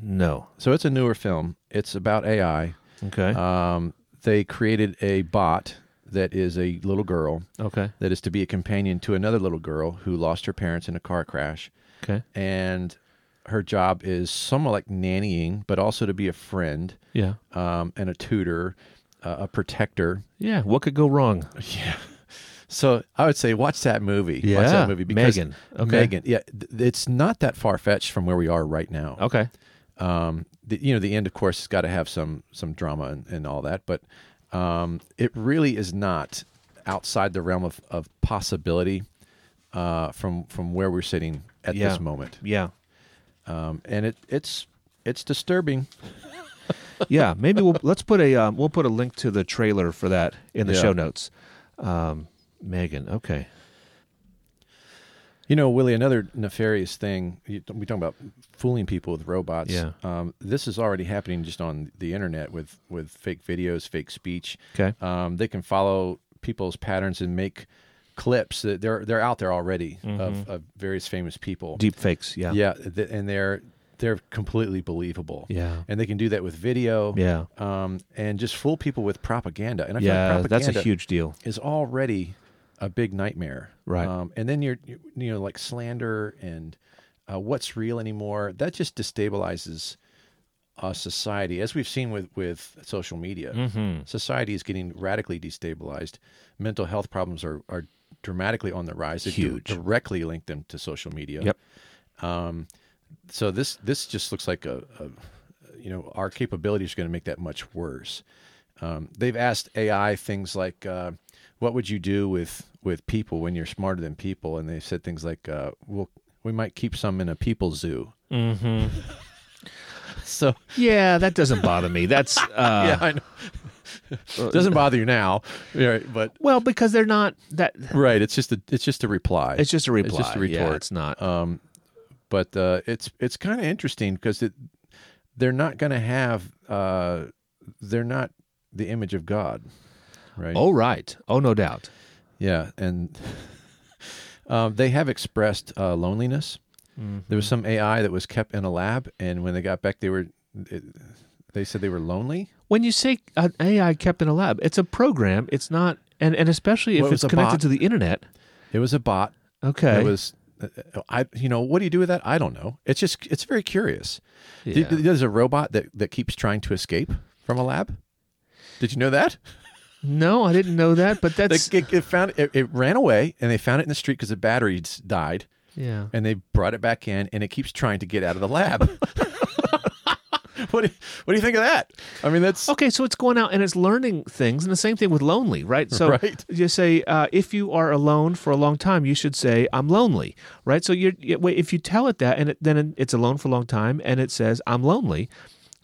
S2: No.
S1: So it's a newer film. It's about AI.
S2: Okay.
S1: Um, they created a bot that is a little girl
S2: okay.
S1: that is to be a companion to another little girl who lost her parents in a car crash,
S2: Okay.
S1: and her job is somewhat like nannying, but also to be a friend
S2: Yeah.
S1: um, and a tutor, uh, a protector.
S2: Yeah. What could go wrong?
S1: So I would say watch that movie. watch
S2: Yeah,
S1: that movie because
S2: Megan. Okay.
S1: Megan. Yeah, th- it's not that far fetched from where we are right now.
S2: Okay.
S1: um, the, you know the end of course has got to have some some drama and, and all that but um, it really is not outside the realm of, of possibility uh, from from where we're sitting at
S2: Yeah.
S1: this moment
S2: Yeah.
S1: um, and it it's it's disturbing
S2: yeah, maybe we'll let's put a um, we'll put a link to the trailer for that in the
S1: Yeah.
S2: show notes. Um, Megan, okay,
S1: you know willie another nefarious thing you, we talking about fooling people with robots
S2: Yeah.
S1: um, this is already happening just on the internet with with fake videos fake speech
S2: okay,
S1: Um, they can follow people's patterns and make clips that they're they're out there already
S2: Mm-hmm.
S1: of, of various famous people.
S2: deep fakes, yeah,
S1: Yeah, th- and they're they're completely believable.
S2: yeah,
S1: and they can do that with video.
S2: yeah,
S1: um, and just fool people with propaganda. And I feel
S2: yeah.
S1: like
S2: That's
S1: propaganda
S2: a huge deal,
S1: is already a big nightmare.
S2: Right.
S1: Um, and then you're you you know like slander and uh, what's real anymore. That just destabilizes. Uh, society, as we've seen with with social media,
S2: mm-hmm.
S1: society is getting radically destabilized. Mental health problems are, are dramatically on the rise. They do
S2: Huge.
S1: directly link them to social media.
S2: Yep.
S1: Um, so this this just looks like a, a you know our capabilities are going to make that much worse. Um, they've asked AI things like, uh, "What would you do with with people when you're smarter than people?" And they've said things like, uh, "Well, we might keep some in a people zoo."
S2: Mm-hmm.
S1: So
S2: yeah. That doesn't bother me. That's uh,
S1: yeah, I know. doesn't bother you now, yeah, but
S2: well because they're not that.
S1: Right. It's just a it's just a reply.
S2: It's just a reply.
S1: It's just a retort.
S2: Yeah, it's not.
S1: um, but uh, it's it's kind of interesting because it they're not going to have uh, they're not the image of God, right?
S2: oh right. Oh no doubt.
S1: yeah, and um, they have expressed uh, loneliness. There
S2: Mm-hmm.
S1: was some AI that was kept in a lab, and when they got back, they were it, they said they were lonely.
S2: When you say an AI kept in a lab, it's a program. It's not, and and especially if
S1: Well, it was
S2: it's
S1: a
S2: connected
S1: bot.
S2: to the internet.
S1: It was a bot.
S2: Okay.
S1: It was. uh, I you know what do you do with that? I don't know. It's just it's very curious.
S2: Yeah.
S1: Th- There's a robot that, that keeps trying to escape from a lab. Did you know that?
S2: no, I didn't know that, but
S1: They,
S2: that's
S1: it, it found it, it ran away and they found it in the street because the batteries died
S2: yeah.
S1: and they brought it back in and it keeps trying to get out of the lab. what, do, what do you think of that? I mean, that's
S2: Okay, so it's going out and it's learning things, and the same thing with lonely, right? So
S1: Right.
S2: you say uh, if you are alone for a long time, you should say I'm lonely, right? So you're you- wait, if you tell it that, and it, then it's alone for a long time, and it says I'm lonely,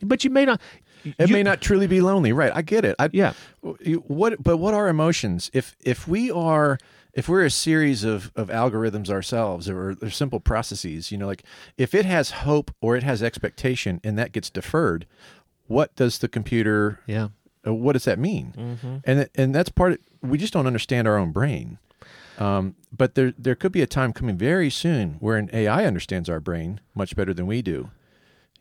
S2: but you may not.
S1: it
S2: you-
S1: may not truly be lonely, right? I get it. I,
S2: Yeah.
S1: You- What? But what are emotions? If if we are if we're a series of, of algorithms ourselves or, or simple processes, you know, like if it has hope or it has expectation and that gets deferred, what does the computer?
S2: Yeah,
S1: uh, What does that mean?
S2: Mm-hmm.
S1: And it- and that's part. Of, we just don't understand our own brain. Um, but there there could be a time coming very soon where an AI understands our brain much better than we do.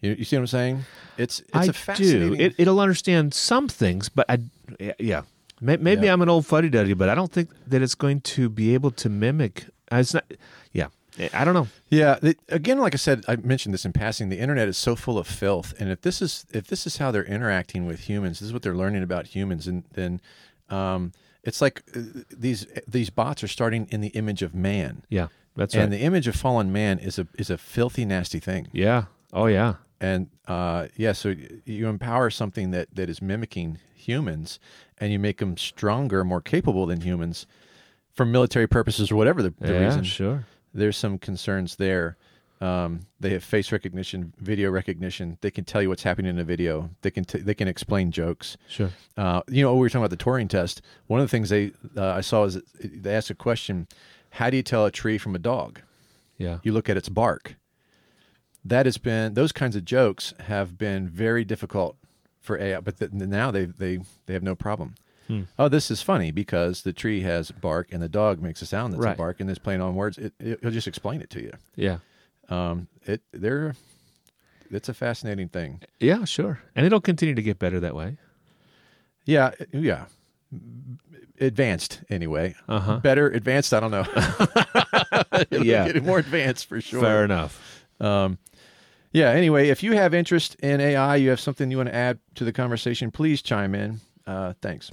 S1: You, you see what I'm saying? It's it's
S2: I
S1: a fascinating.
S2: do. It, it'll understand some things, but I yeah, yeah. May- maybe
S1: Yeah.
S2: I'm an old fuddy duddy, but I don't think that it's going to be able to mimic. uh, It's not. Yeah,
S1: Eh,
S2: I don't know.
S1: Yeah. The, again, like I said, I mentioned this in passing. The internet is so full of filth, and if this is if this is how they're interacting with humans, this is what they're learning about humans, and then um, it's like uh, these these bots are starting in the image of man,
S2: Yeah, that's right.
S1: and the image of fallen man is a is a filthy, nasty thing.
S2: yeah. Oh yeah.
S1: And uh, yeah, so y- you empower something that that is mimicking humans, and you make them stronger, more capable than humans, for military purposes or whatever the, the
S2: yeah.
S1: reason
S2: Sure.
S1: there's some concerns there. Um, they have face recognition, video recognition. They can tell you what's happening in a video. They can t- they can explain jokes.
S2: Sure.
S1: Uh, you know, we were talking about the Turing test. One of the things they uh, I saw is that they asked a question: How do you tell a tree from a dog?
S2: Yeah.
S1: You look at its bark. That has been those kinds of jokes have been very difficult for AI, but th- now they they they have no problem.
S2: Hmm.
S1: Oh, this is funny because the tree has bark and the dog makes a sound that's
S2: Right.
S1: a bark and it's playing on words. It, it, it'll just explain it to you
S2: yeah.
S1: um, it they're it's a fascinating thing.
S2: Yeah, sure. And it'll continue to get better that way.
S1: Yeah, it- yeah. Advanced anyway.
S2: Uh-huh.
S1: Better advanced. I don't know. It'll
S2: Yeah.
S1: get more advanced for sure.
S2: Fair enough.
S1: Yeah. Anyway, if you have interest in AI, you have something you want to add to the conversation, please chime in. Uh, thanks.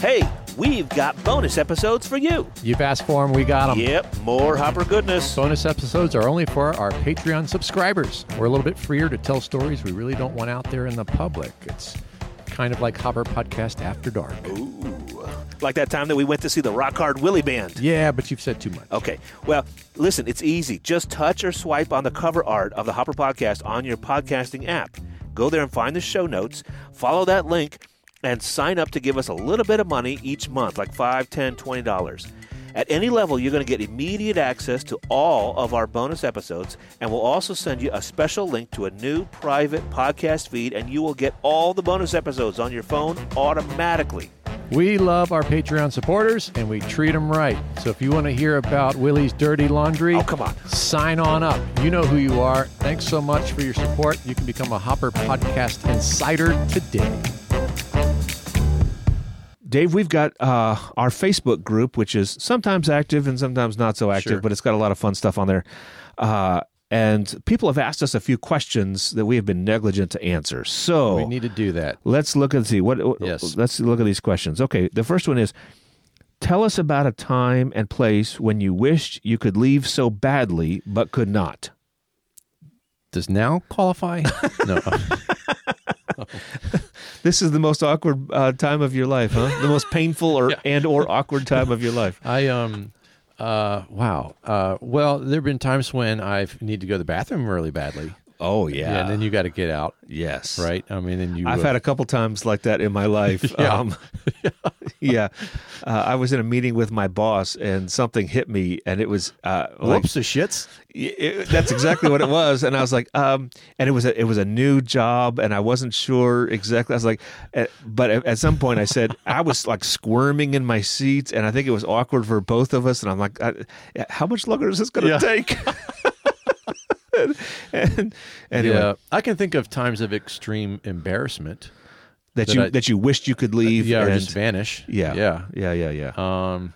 S5: Hey, we've got bonus episodes for you.
S1: You've asked for them. We got them.
S5: Yep, more Hopper goodness.
S1: Bonus episodes are only for our Patreon subscribers. We're a little bit freer to tell stories we really don't want out there in the public. It's kind of like Hopper Podcast After Dark.
S5: Like that time that we went to see the Rock Hard Willie Band.
S1: Yeah, but you've said too much.
S5: Okay, well, listen, it's easy. Just touch or swipe on the cover art of the Hopper Podcast on your podcasting app. Go there and find the show notes, follow that link, and sign up to give us a little bit of money each month, like $5, 10 $20. At any level, you're going to get immediate access to all of our bonus episodes, and we'll also send you a special link to a new private podcast feed, and you will get all the bonus episodes on your phone automatically.
S1: We love our Patreon supporters and we treat them right. So if you want to hear about Willie's dirty laundry,
S5: Oh, come on.
S1: sign on up. You know who you are. Thanks so much for your support. You can become a Hopper Podcast Insider today.
S2: Dave, we've got uh, our Facebook group, which is sometimes active and sometimes not so active,
S1: Sure.
S2: but it's got a lot of fun stuff on there. Uh, and people have asked us a few questions that we have been negligent to answer. So
S1: We need to do that.
S2: Let's look and see what.
S1: Yes.
S2: Let's look at these questions. Okay, the first one is: Tell us about a time and place when you wished you could leave so badly but could not.
S1: Does now qualify? no.
S2: This is the most awkward uh, time of your life, huh? The most painful or and or awkward time of your life.
S1: I, um, uh, wow. Uh, well, there have been times when I've need to go to the bathroom really badly.
S2: Oh
S1: and then you got to get out,
S2: yes.
S1: right? I mean, then you.
S2: I've had a couple times like that in my life. yeah. Um, yeah. Uh, I was in a meeting with my boss and something hit me and it was uh, like,
S1: whoops of shits.
S2: Y- it, that's exactly what it was and i was like um and it was a it was a new job and i wasn't sure exactly i was like eh, but at, at some point i said i was like squirming in my seat and i think it was awkward for both of us and i'm like I, eh, how much longer is this going to
S1: Yeah.
S2: take and, and anyway
S1: Yeah, I can think of times of extreme embarrassment.
S2: that,
S1: That
S2: you
S1: I-
S2: that you wished you could leave
S1: yeah, or
S2: and-
S1: just vanish.
S2: yeah
S1: yeah,
S2: yeah yeah yeah
S1: Um,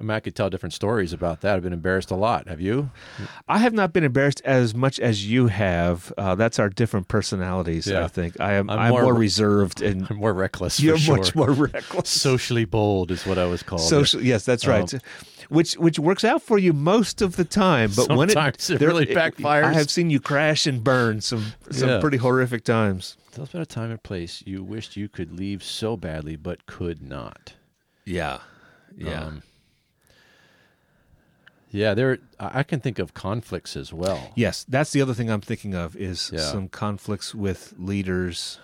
S1: I mean, I could tell different stories about that. I've been embarrassed a lot. Have you?
S2: I have not been embarrassed as much as you have. Uh, that's our different personalities. I
S1: Yeah.
S2: think I am. I'm,
S1: I'm
S2: more,
S1: more-
S2: reserved, and
S1: I'm more reckless.
S2: you're
S1: for sure.
S2: much more reckless.
S1: socially bold is what I was called.
S2: Social, yes,
S1: Um,
S2: that's right. which which works out for you most of the time, but when
S1: Sometimes it
S2: there-
S1: really backfires.
S2: I have seen you crash and burn some some
S1: Yeah.
S2: pretty horrific times.
S1: Tell us about a time and place you wished you could leave so badly but could not.
S2: Yeah, yeah.
S1: Um, yeah, there. I I can think of conflicts as well.
S2: yes, that's the other thing I'm thinking of is
S1: Yeah.
S2: some conflicts with leaders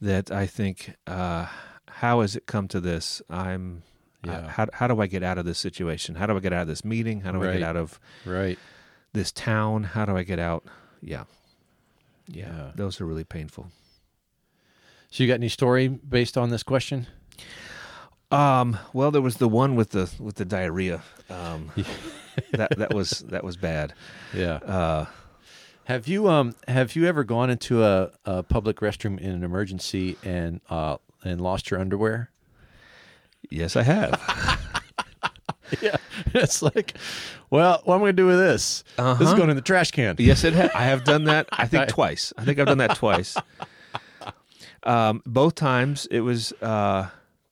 S2: that I think. Uh, how has it come to this? I'm. I-
S1: Yeah.
S2: how how do I get out of this situation? How do I get out of this meeting? How do I
S1: Right.
S2: get out of
S1: Right.
S2: this town? How do I get out? Yeah,
S1: Yeah.
S2: those are really painful.
S1: So you got any story based on this question?
S2: Um. Well, there was the one with the with the diarrhea. Um, that that was that was bad.
S1: Yeah.
S2: Uh,
S1: Have you um have you ever gone into a, a public restroom in an emergency and uh and lost your underwear?
S2: yes, I have.
S1: Yeah. It's like, well, what am I going to do with this? This is going in the trash can.
S2: yes, it. Ha- I have done that. I think twice. I think I've done that twice. Um, both times it was. Uh,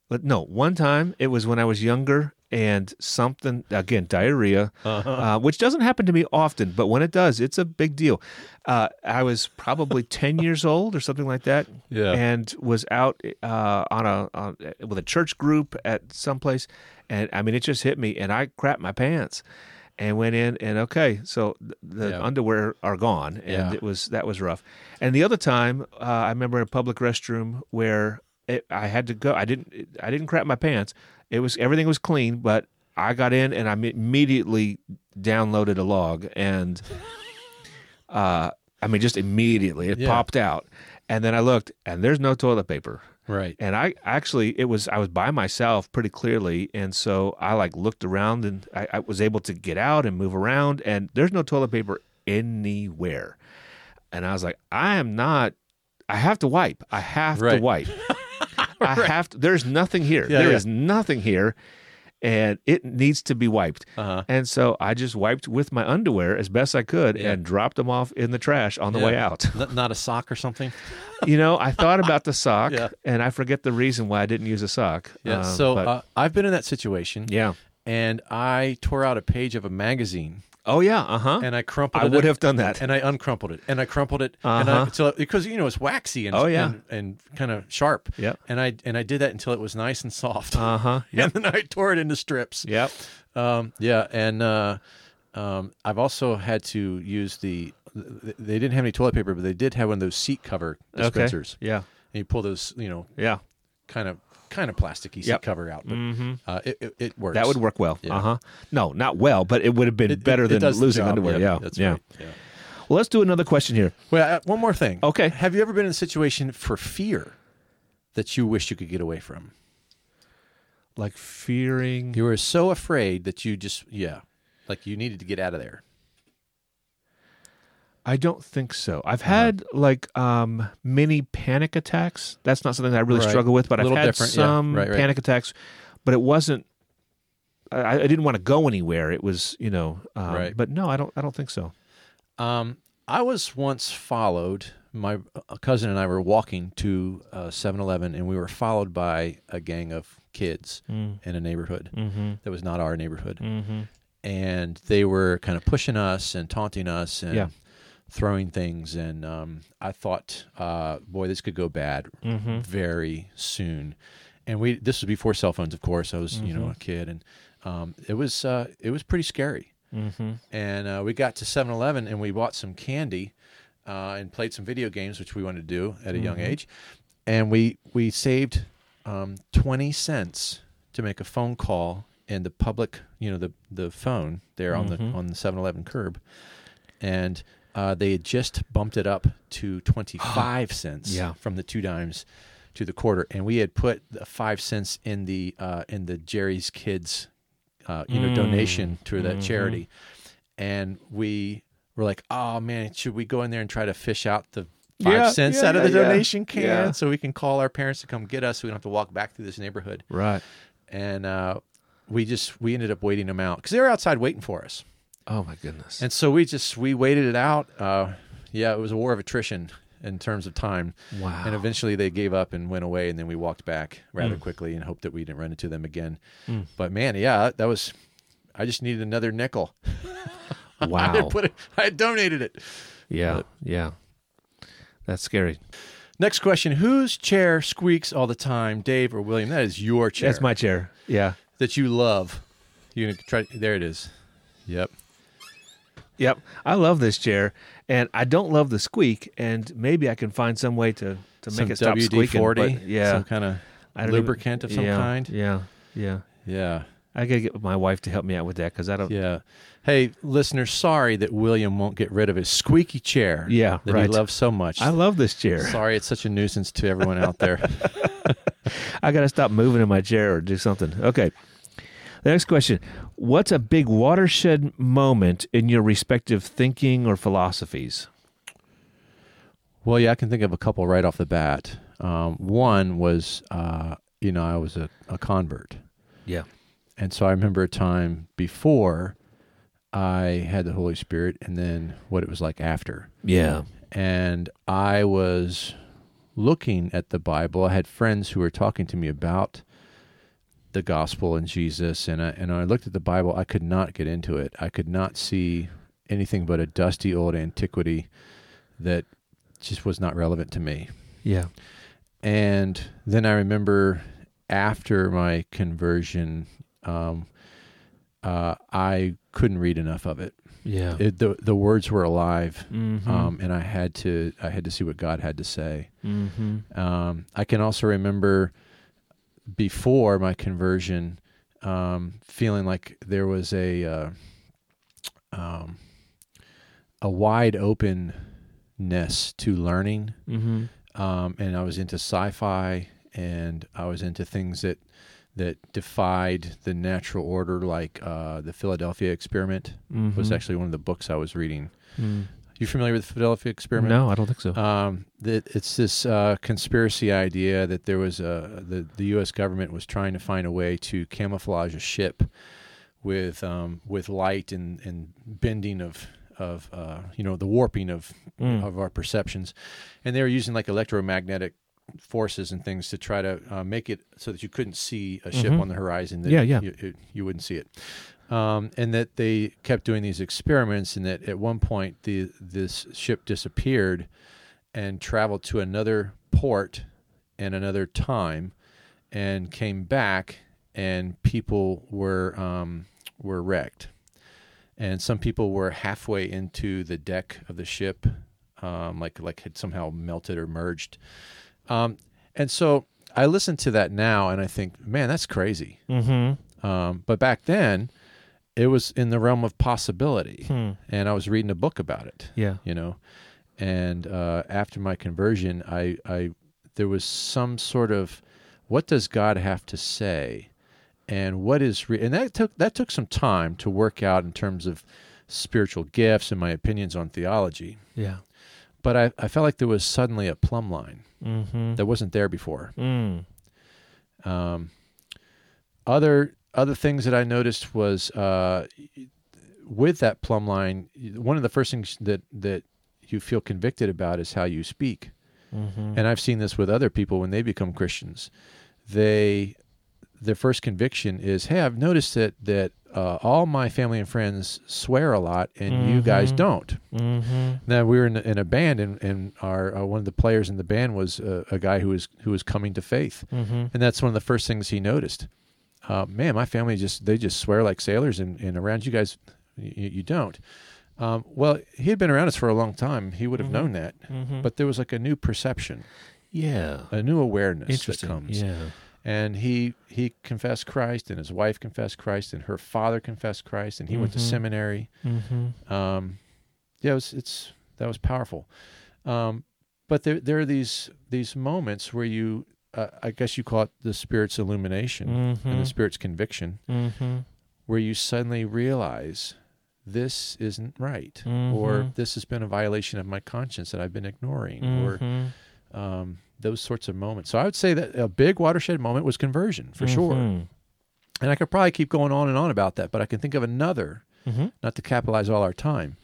S2: but no, one time it was when I was younger and something again diarrhea, uh, which doesn't happen to me often, but when it does, it's a big deal. Uh, I was probably ten years old or something like that.
S1: Yeah.
S2: and was out uh, on a on, with a church group at someplace, and I mean it just hit me, and I crapped my pants, and went in and okay, so th- the
S1: Yeah.
S2: underwear are gone, and
S1: Yeah.
S2: it was that was rough. And the other time, uh, I remember in a public restroom where it, I had to go. I didn't I didn't crap my pants. It was everything was clean, but I got in and I m- immediately downloaded a log and. Uh, I mean, just immediately it
S1: Yeah.
S2: popped out, and then I looked, and there's no toilet paper
S1: Right.
S2: and I actually it was I was by myself pretty clearly, and so I like looked around and I, I was able to get out and move around, and there's no toilet paper anywhere, and I was like, I am not. I have to wipe. I have to
S1: Right.
S2: wipe. I have to. There's nothing here. There
S1: Yeah,
S2: is
S1: yeah.
S2: nothing here, and it needs to be wiped.
S1: Uh-huh.
S2: And so I just wiped with my underwear as best I could and dropped them off in the trash on the way
S1: Yeah.
S2: out
S1: N- not a sock or something.
S2: you know, I thought about the sock,
S1: Yeah.
S2: and I forget the reason why I didn't use a sock.
S1: Yeah.
S2: Um,
S1: so
S2: but-
S1: uh, I've been in that situation.
S2: yeah.
S1: And I tore out a page of a magazine
S2: Oh yeah. Uh huh.
S1: and I crumpled
S2: I
S1: it. up,
S2: would have done that.
S1: And I uncrumpled it. And I crumpled it.
S2: Uh-huh.
S1: And I, so because you know it's waxy and
S2: Oh, yeah.
S1: and, and kind of sharp.
S2: Yep.
S1: And I and I did that until it was nice and soft.
S2: Uh huh. Yep.
S1: And then I tore it into strips.
S2: yep.
S1: Um, yeah, and uh, um, I've also had to use the. th- They didn't have any toilet paper, but they did have one of those seat cover dispensers,
S2: Okay. Yeah.
S1: and you pull those, you know,
S2: Yeah.
S1: kind of kind of plasticky
S2: Yep. Mm-hmm.
S1: seat cover out. But uh, it, it it works.
S2: That would work well.
S1: Yeah.
S2: Uh huh. No, not well, but it would have been
S1: It- it-
S2: better
S1: it
S2: than
S1: does the
S2: losing
S1: job.
S2: underwear. Yeah.
S1: that's
S2: yeah.
S1: right. Yeah.
S2: Well, let's do another question here.
S1: Well, uh, one more thing.
S2: Okay.
S1: Have you ever been in a situation for fear that you wish you could get away from?
S2: Like fearing.
S1: You were so afraid that you just yeah, like you needed to get out of there.
S2: I don't think so. I've had like um many panic attacks. That's not something that I really
S1: Right.
S2: struggle with, but I've
S1: Little
S2: had
S1: different, yeah.
S2: some
S1: Right, right.
S2: panic attacks. But it wasn't. I, I didn't want to go anywhere. It was you know. Um,
S1: Right.
S2: But no, I don't. I don't think so.
S1: Um, I was once followed. My uh, cousin and I were walking to 7 Eleven, and we were followed by a gang of kids in a neighborhood that was not our neighborhood. And they were kind of pushing us and taunting us and
S2: Yeah.
S1: throwing things. And um, I thought, uh, boy, this could go bad very soon. And we this was before cell phones, of course. I was, you know, a kid, and um, it was uh, it was pretty scary and uh, we got to 7-Eleven and we bought some candy uh, and played some video games, which we wanted to do at a young age. And we we saved um, twenty cents to make a phone call and the public, you know, the the phone there on the on the 7-Eleven curb, and. Uh, they had just bumped it up to 25 cents
S2: Yeah.
S1: from the two dimes to the quarter and we had put the five cents in the uh, in the jerry's kids uh, you know donation to that charity and we were like, "Oh man, should we go in there and try to fish out the five
S2: Yeah,
S1: cents
S2: yeah,
S1: out of the
S2: yeah, yeah.
S1: donation can
S2: Yeah.
S1: so we can call our parents to come get us? So we don't have to walk back through this neighborhood."
S2: Right.
S1: And uh, we just we ended up waiting them out because they were outside waiting for us,
S2: Oh my goodness.
S1: and so we just we waited it out. Uh, yeah, it was a war of attrition in terms of time.
S2: Wow. Mm.
S1: And eventually they gave up and went away, and then we walked back rather quickly and hoped that we didn't run into them again. But man, yeah, that was. I just needed another nickel. I
S2: wow.
S1: had put it. I had donated it.
S2: yeah. Yeah. That's scary.
S1: Next question: Whose chair squeaks all the time, Dave or William? That is your chair.
S2: That's my chair. Yeah.
S1: that you love. You gonna try? There it is. Yep.
S2: Yep. I love this chair, and I don't love the squeak. And maybe I can find some way to to make
S1: Some
S2: it stop squeaking.
S1: WD-40.
S2: but yeah.
S1: Some kind of
S2: I don't even-
S1: lubricant of some
S2: yeah,
S1: kind.
S2: Yeah. Yeah.
S1: Yeah.
S2: I gotta get my wife to help me out with that because I don't. Yeah.
S1: Yeah. Hey, listeners, sorry that William won't get rid of his squeaky chair.
S2: Yeah,
S1: That he
S2: right.
S1: loves so much.
S2: I love this chair.
S1: sorry, it's such a nuisance to everyone out there.
S2: I gotta stop moving in my chair or do something. Okay. The next question: What's a big watershed moment in your respective thinking or philosophies?
S1: Well, yeah, I can think of a couple right off the bat. Um, one was, uh, you know, I was a, a convert.
S2: Yeah.
S1: And so I remember a time before I had the Holy Spirit and then what it was like after.
S2: Yeah.
S1: And I was looking at the Bible. I had friends who were talking to me about the gospel and Jesus and I, and when I looked at the Bible, I could not get into it. I could not see anything but a dusty old antiquity that just was not relevant to me.
S2: Yeah.
S1: And then I remember after my conversion, um, uh, I couldn't read enough of it.
S2: Yeah.
S1: it the the words were alive, um, and I had to I had to see what God had to say.
S2: mm-hmm.
S1: Um, I can also remember before my conversion, um, feeling like there was a uh, um, a wide openness to learning,
S2: Mm-hmm.
S1: um, and I was into sci-fi, and I was into things that that defied the natural order, like uh, the Philadelphia Experiment
S2: Mm-hmm.
S1: was actually one of the books I was reading. You familiar with the Philadelphia Experiment?
S2: Mm. No, I don't think so.
S1: um, that it's this uh, conspiracy idea that there was a the, the U.S. government was trying to find a way to camouflage a ship with um, with light and, and bending of of uh, you know the warping of
S2: Mm.
S1: of our perceptions, and they were using like electromagnetic forces and things to try to uh, make it so that you couldn't see a ship on the horizon. That
S2: Mm-hmm. Yeah, yeah.
S1: You, it, you wouldn't see it. Um, and that they kept doing these experiments, and that at one point the this ship disappeared, and traveled to another port and another time and came back and people were um, were wrecked and some people were halfway into the deck of the ship um, like like had somehow melted or merged um, and so I listen to that now and I think man that's crazy
S2: Hmm.
S1: mm-hmm. um, but back then it was in the realm of possibility and I was reading a book about it
S2: yeah.
S1: you know and uh, after my conversion I, I there was some sort of what does god have to say and what is re- and that took that took some time to work out in terms of spiritual gifts and my opinions on theology
S2: Yeah.
S1: but i, I felt like there was suddenly a plumb line
S2: Mm-hmm.
S1: that wasn't there before
S2: Mm.
S1: um, other other things that I noticed was uh, with that plumb line, one of the first things that that you feel convicted about is how you speak. And I've seen this with other people when they become Christians. They their first conviction is, "Hey, I've noticed that that uh, all my family and friends swear a lot, and you guys don't."
S2: Mm-hmm.
S1: Now we were in, in a band, and, and our uh, one of the players in the band was uh, a guy who was who was coming to faith,
S2: Mhm.
S1: and that's one of the first things he noticed. Uh, man, my family just they just swear like sailors, and, and around you guys, you, you don't. Um, well, he had been around us for a long time; he would have known
S2: Mm-hmm.
S1: that, but there was like a new perception,
S2: Yeah.
S1: a new awareness that
S2: Interesting.
S1: comes
S2: Yeah.
S1: and he he confessed Christ, and his wife confessed Christ, and her father confessed Christ, and he went to seminary. Mm-hmm. Um, yeah, it was, it's that was powerful. Um, but there there are these these moments where you, uh, I guess you call it the Spirit's illumination and the Spirit's conviction,
S2: Mm-hmm.
S1: where you suddenly realize this isn't right, or
S2: Mhm.
S1: this has been a violation of my conscience that I've been ignoring, or um, those sorts of moments. So I would say that a big watershed moment was conversion for
S2: Mm-hmm.
S1: sure. And I could probably keep going on and on about that, but I can think of another,
S2: Mhm.
S1: not to capitalize all our time.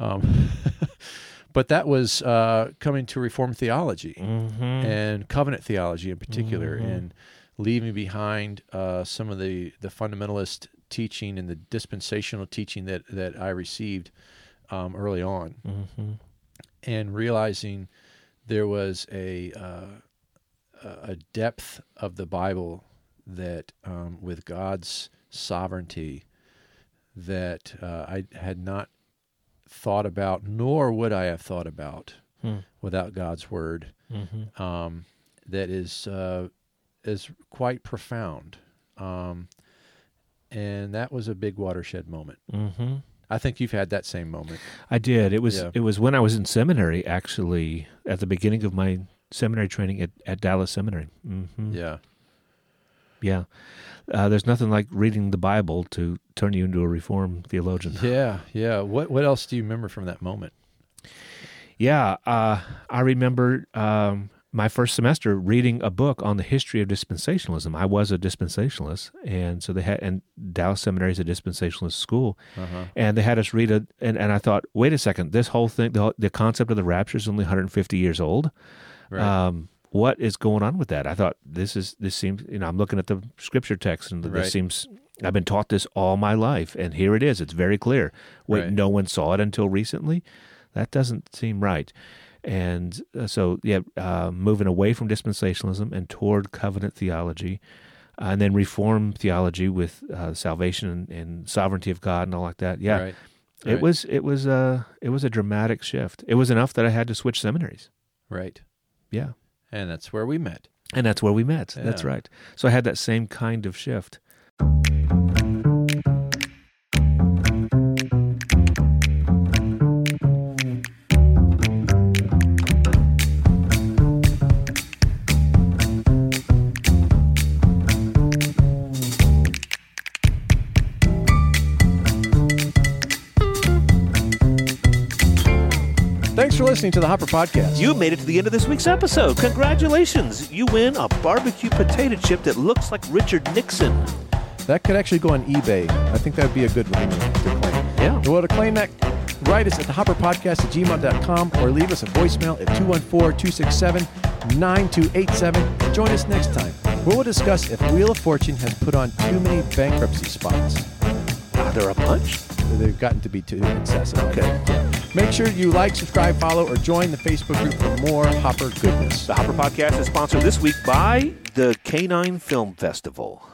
S1: Um, but that was uh, coming to reform theology
S2: Mm-hmm.
S1: and covenant theology in particular, and leaving behind uh, some of the, the fundamentalist teaching and the dispensational teaching that, that I received um, early on,
S2: Mm-hmm.
S1: and realizing there was a uh, a a depth of the Bible that, um, with God's sovereignty, that uh, I had not thought about, nor would I have thought about
S2: Hmm.
S1: without God's word um, that is uh, is quite profound, um, and that was a big watershed moment.
S2: Mm-hmm.
S1: I think you've had that same moment.
S2: I did. It was
S1: Yeah.
S2: it was when I was in seminary, actually, at the beginning of my seminary training at, at Dallas Seminary. Mm-hmm.
S1: Yeah,
S2: Yeah. Uh, there's nothing like reading the Bible to turn you into a reformed theologian.
S1: yeah, yeah. What what else do you remember from that moment?
S2: Yeah, uh, I remember um, my first semester reading a book on the history of dispensationalism. I was a dispensationalist, and so they had and Dallas Seminary is a dispensationalist school, and they had us read a and, and I thought, wait a second, this whole thing, the, the concept of the rapture is only 150 years old.
S1: Right.
S2: Um, what is going on with that? I thought this is this seems you know I'm looking at the scripture text and
S1: Right.
S2: this seems I've been taught this all my life and here it is. It's very clear. Wait,
S1: Right.
S2: no one saw it until recently. That doesn't seem right. And uh, so yeah, uh, moving away from dispensationalism and toward covenant theology. and then reform theology with uh, salvation and, and sovereignty of God and all like that. Yeah,
S1: Right.
S2: it
S1: Right.
S2: was it was a it was a dramatic shift. It was enough that I had to switch seminaries.
S1: Right.
S2: Yeah,
S1: And that's where we met.
S2: and that's where we met. That's
S1: Yeah.
S2: right. So I had that same kind of shift.
S1: Thanks for listening to the Hopper Podcast.
S5: You made it to the end of this week's episode. Congratulations! You win a barbecue potato chip that looks like Richard Nixon.
S1: That could actually go on eBay. I think that would be a good one to claim.
S5: Yeah.
S1: Well, to claim that, write us at thehopperpodcast at gmail.com or leave us a voicemail at 214-267-9287. Join us next time. We will discuss if Wheel of Fortune has put on too many bankruptcy spots.
S5: Are there Ah, a bunch?
S1: They've gotten to be too excessive. I
S5: Okay.
S1: think. Make sure you like, subscribe, follow, or join the Facebook group for more Hopper goodness.
S5: The Hopper Podcast is sponsored this week by the Canine Film Festival.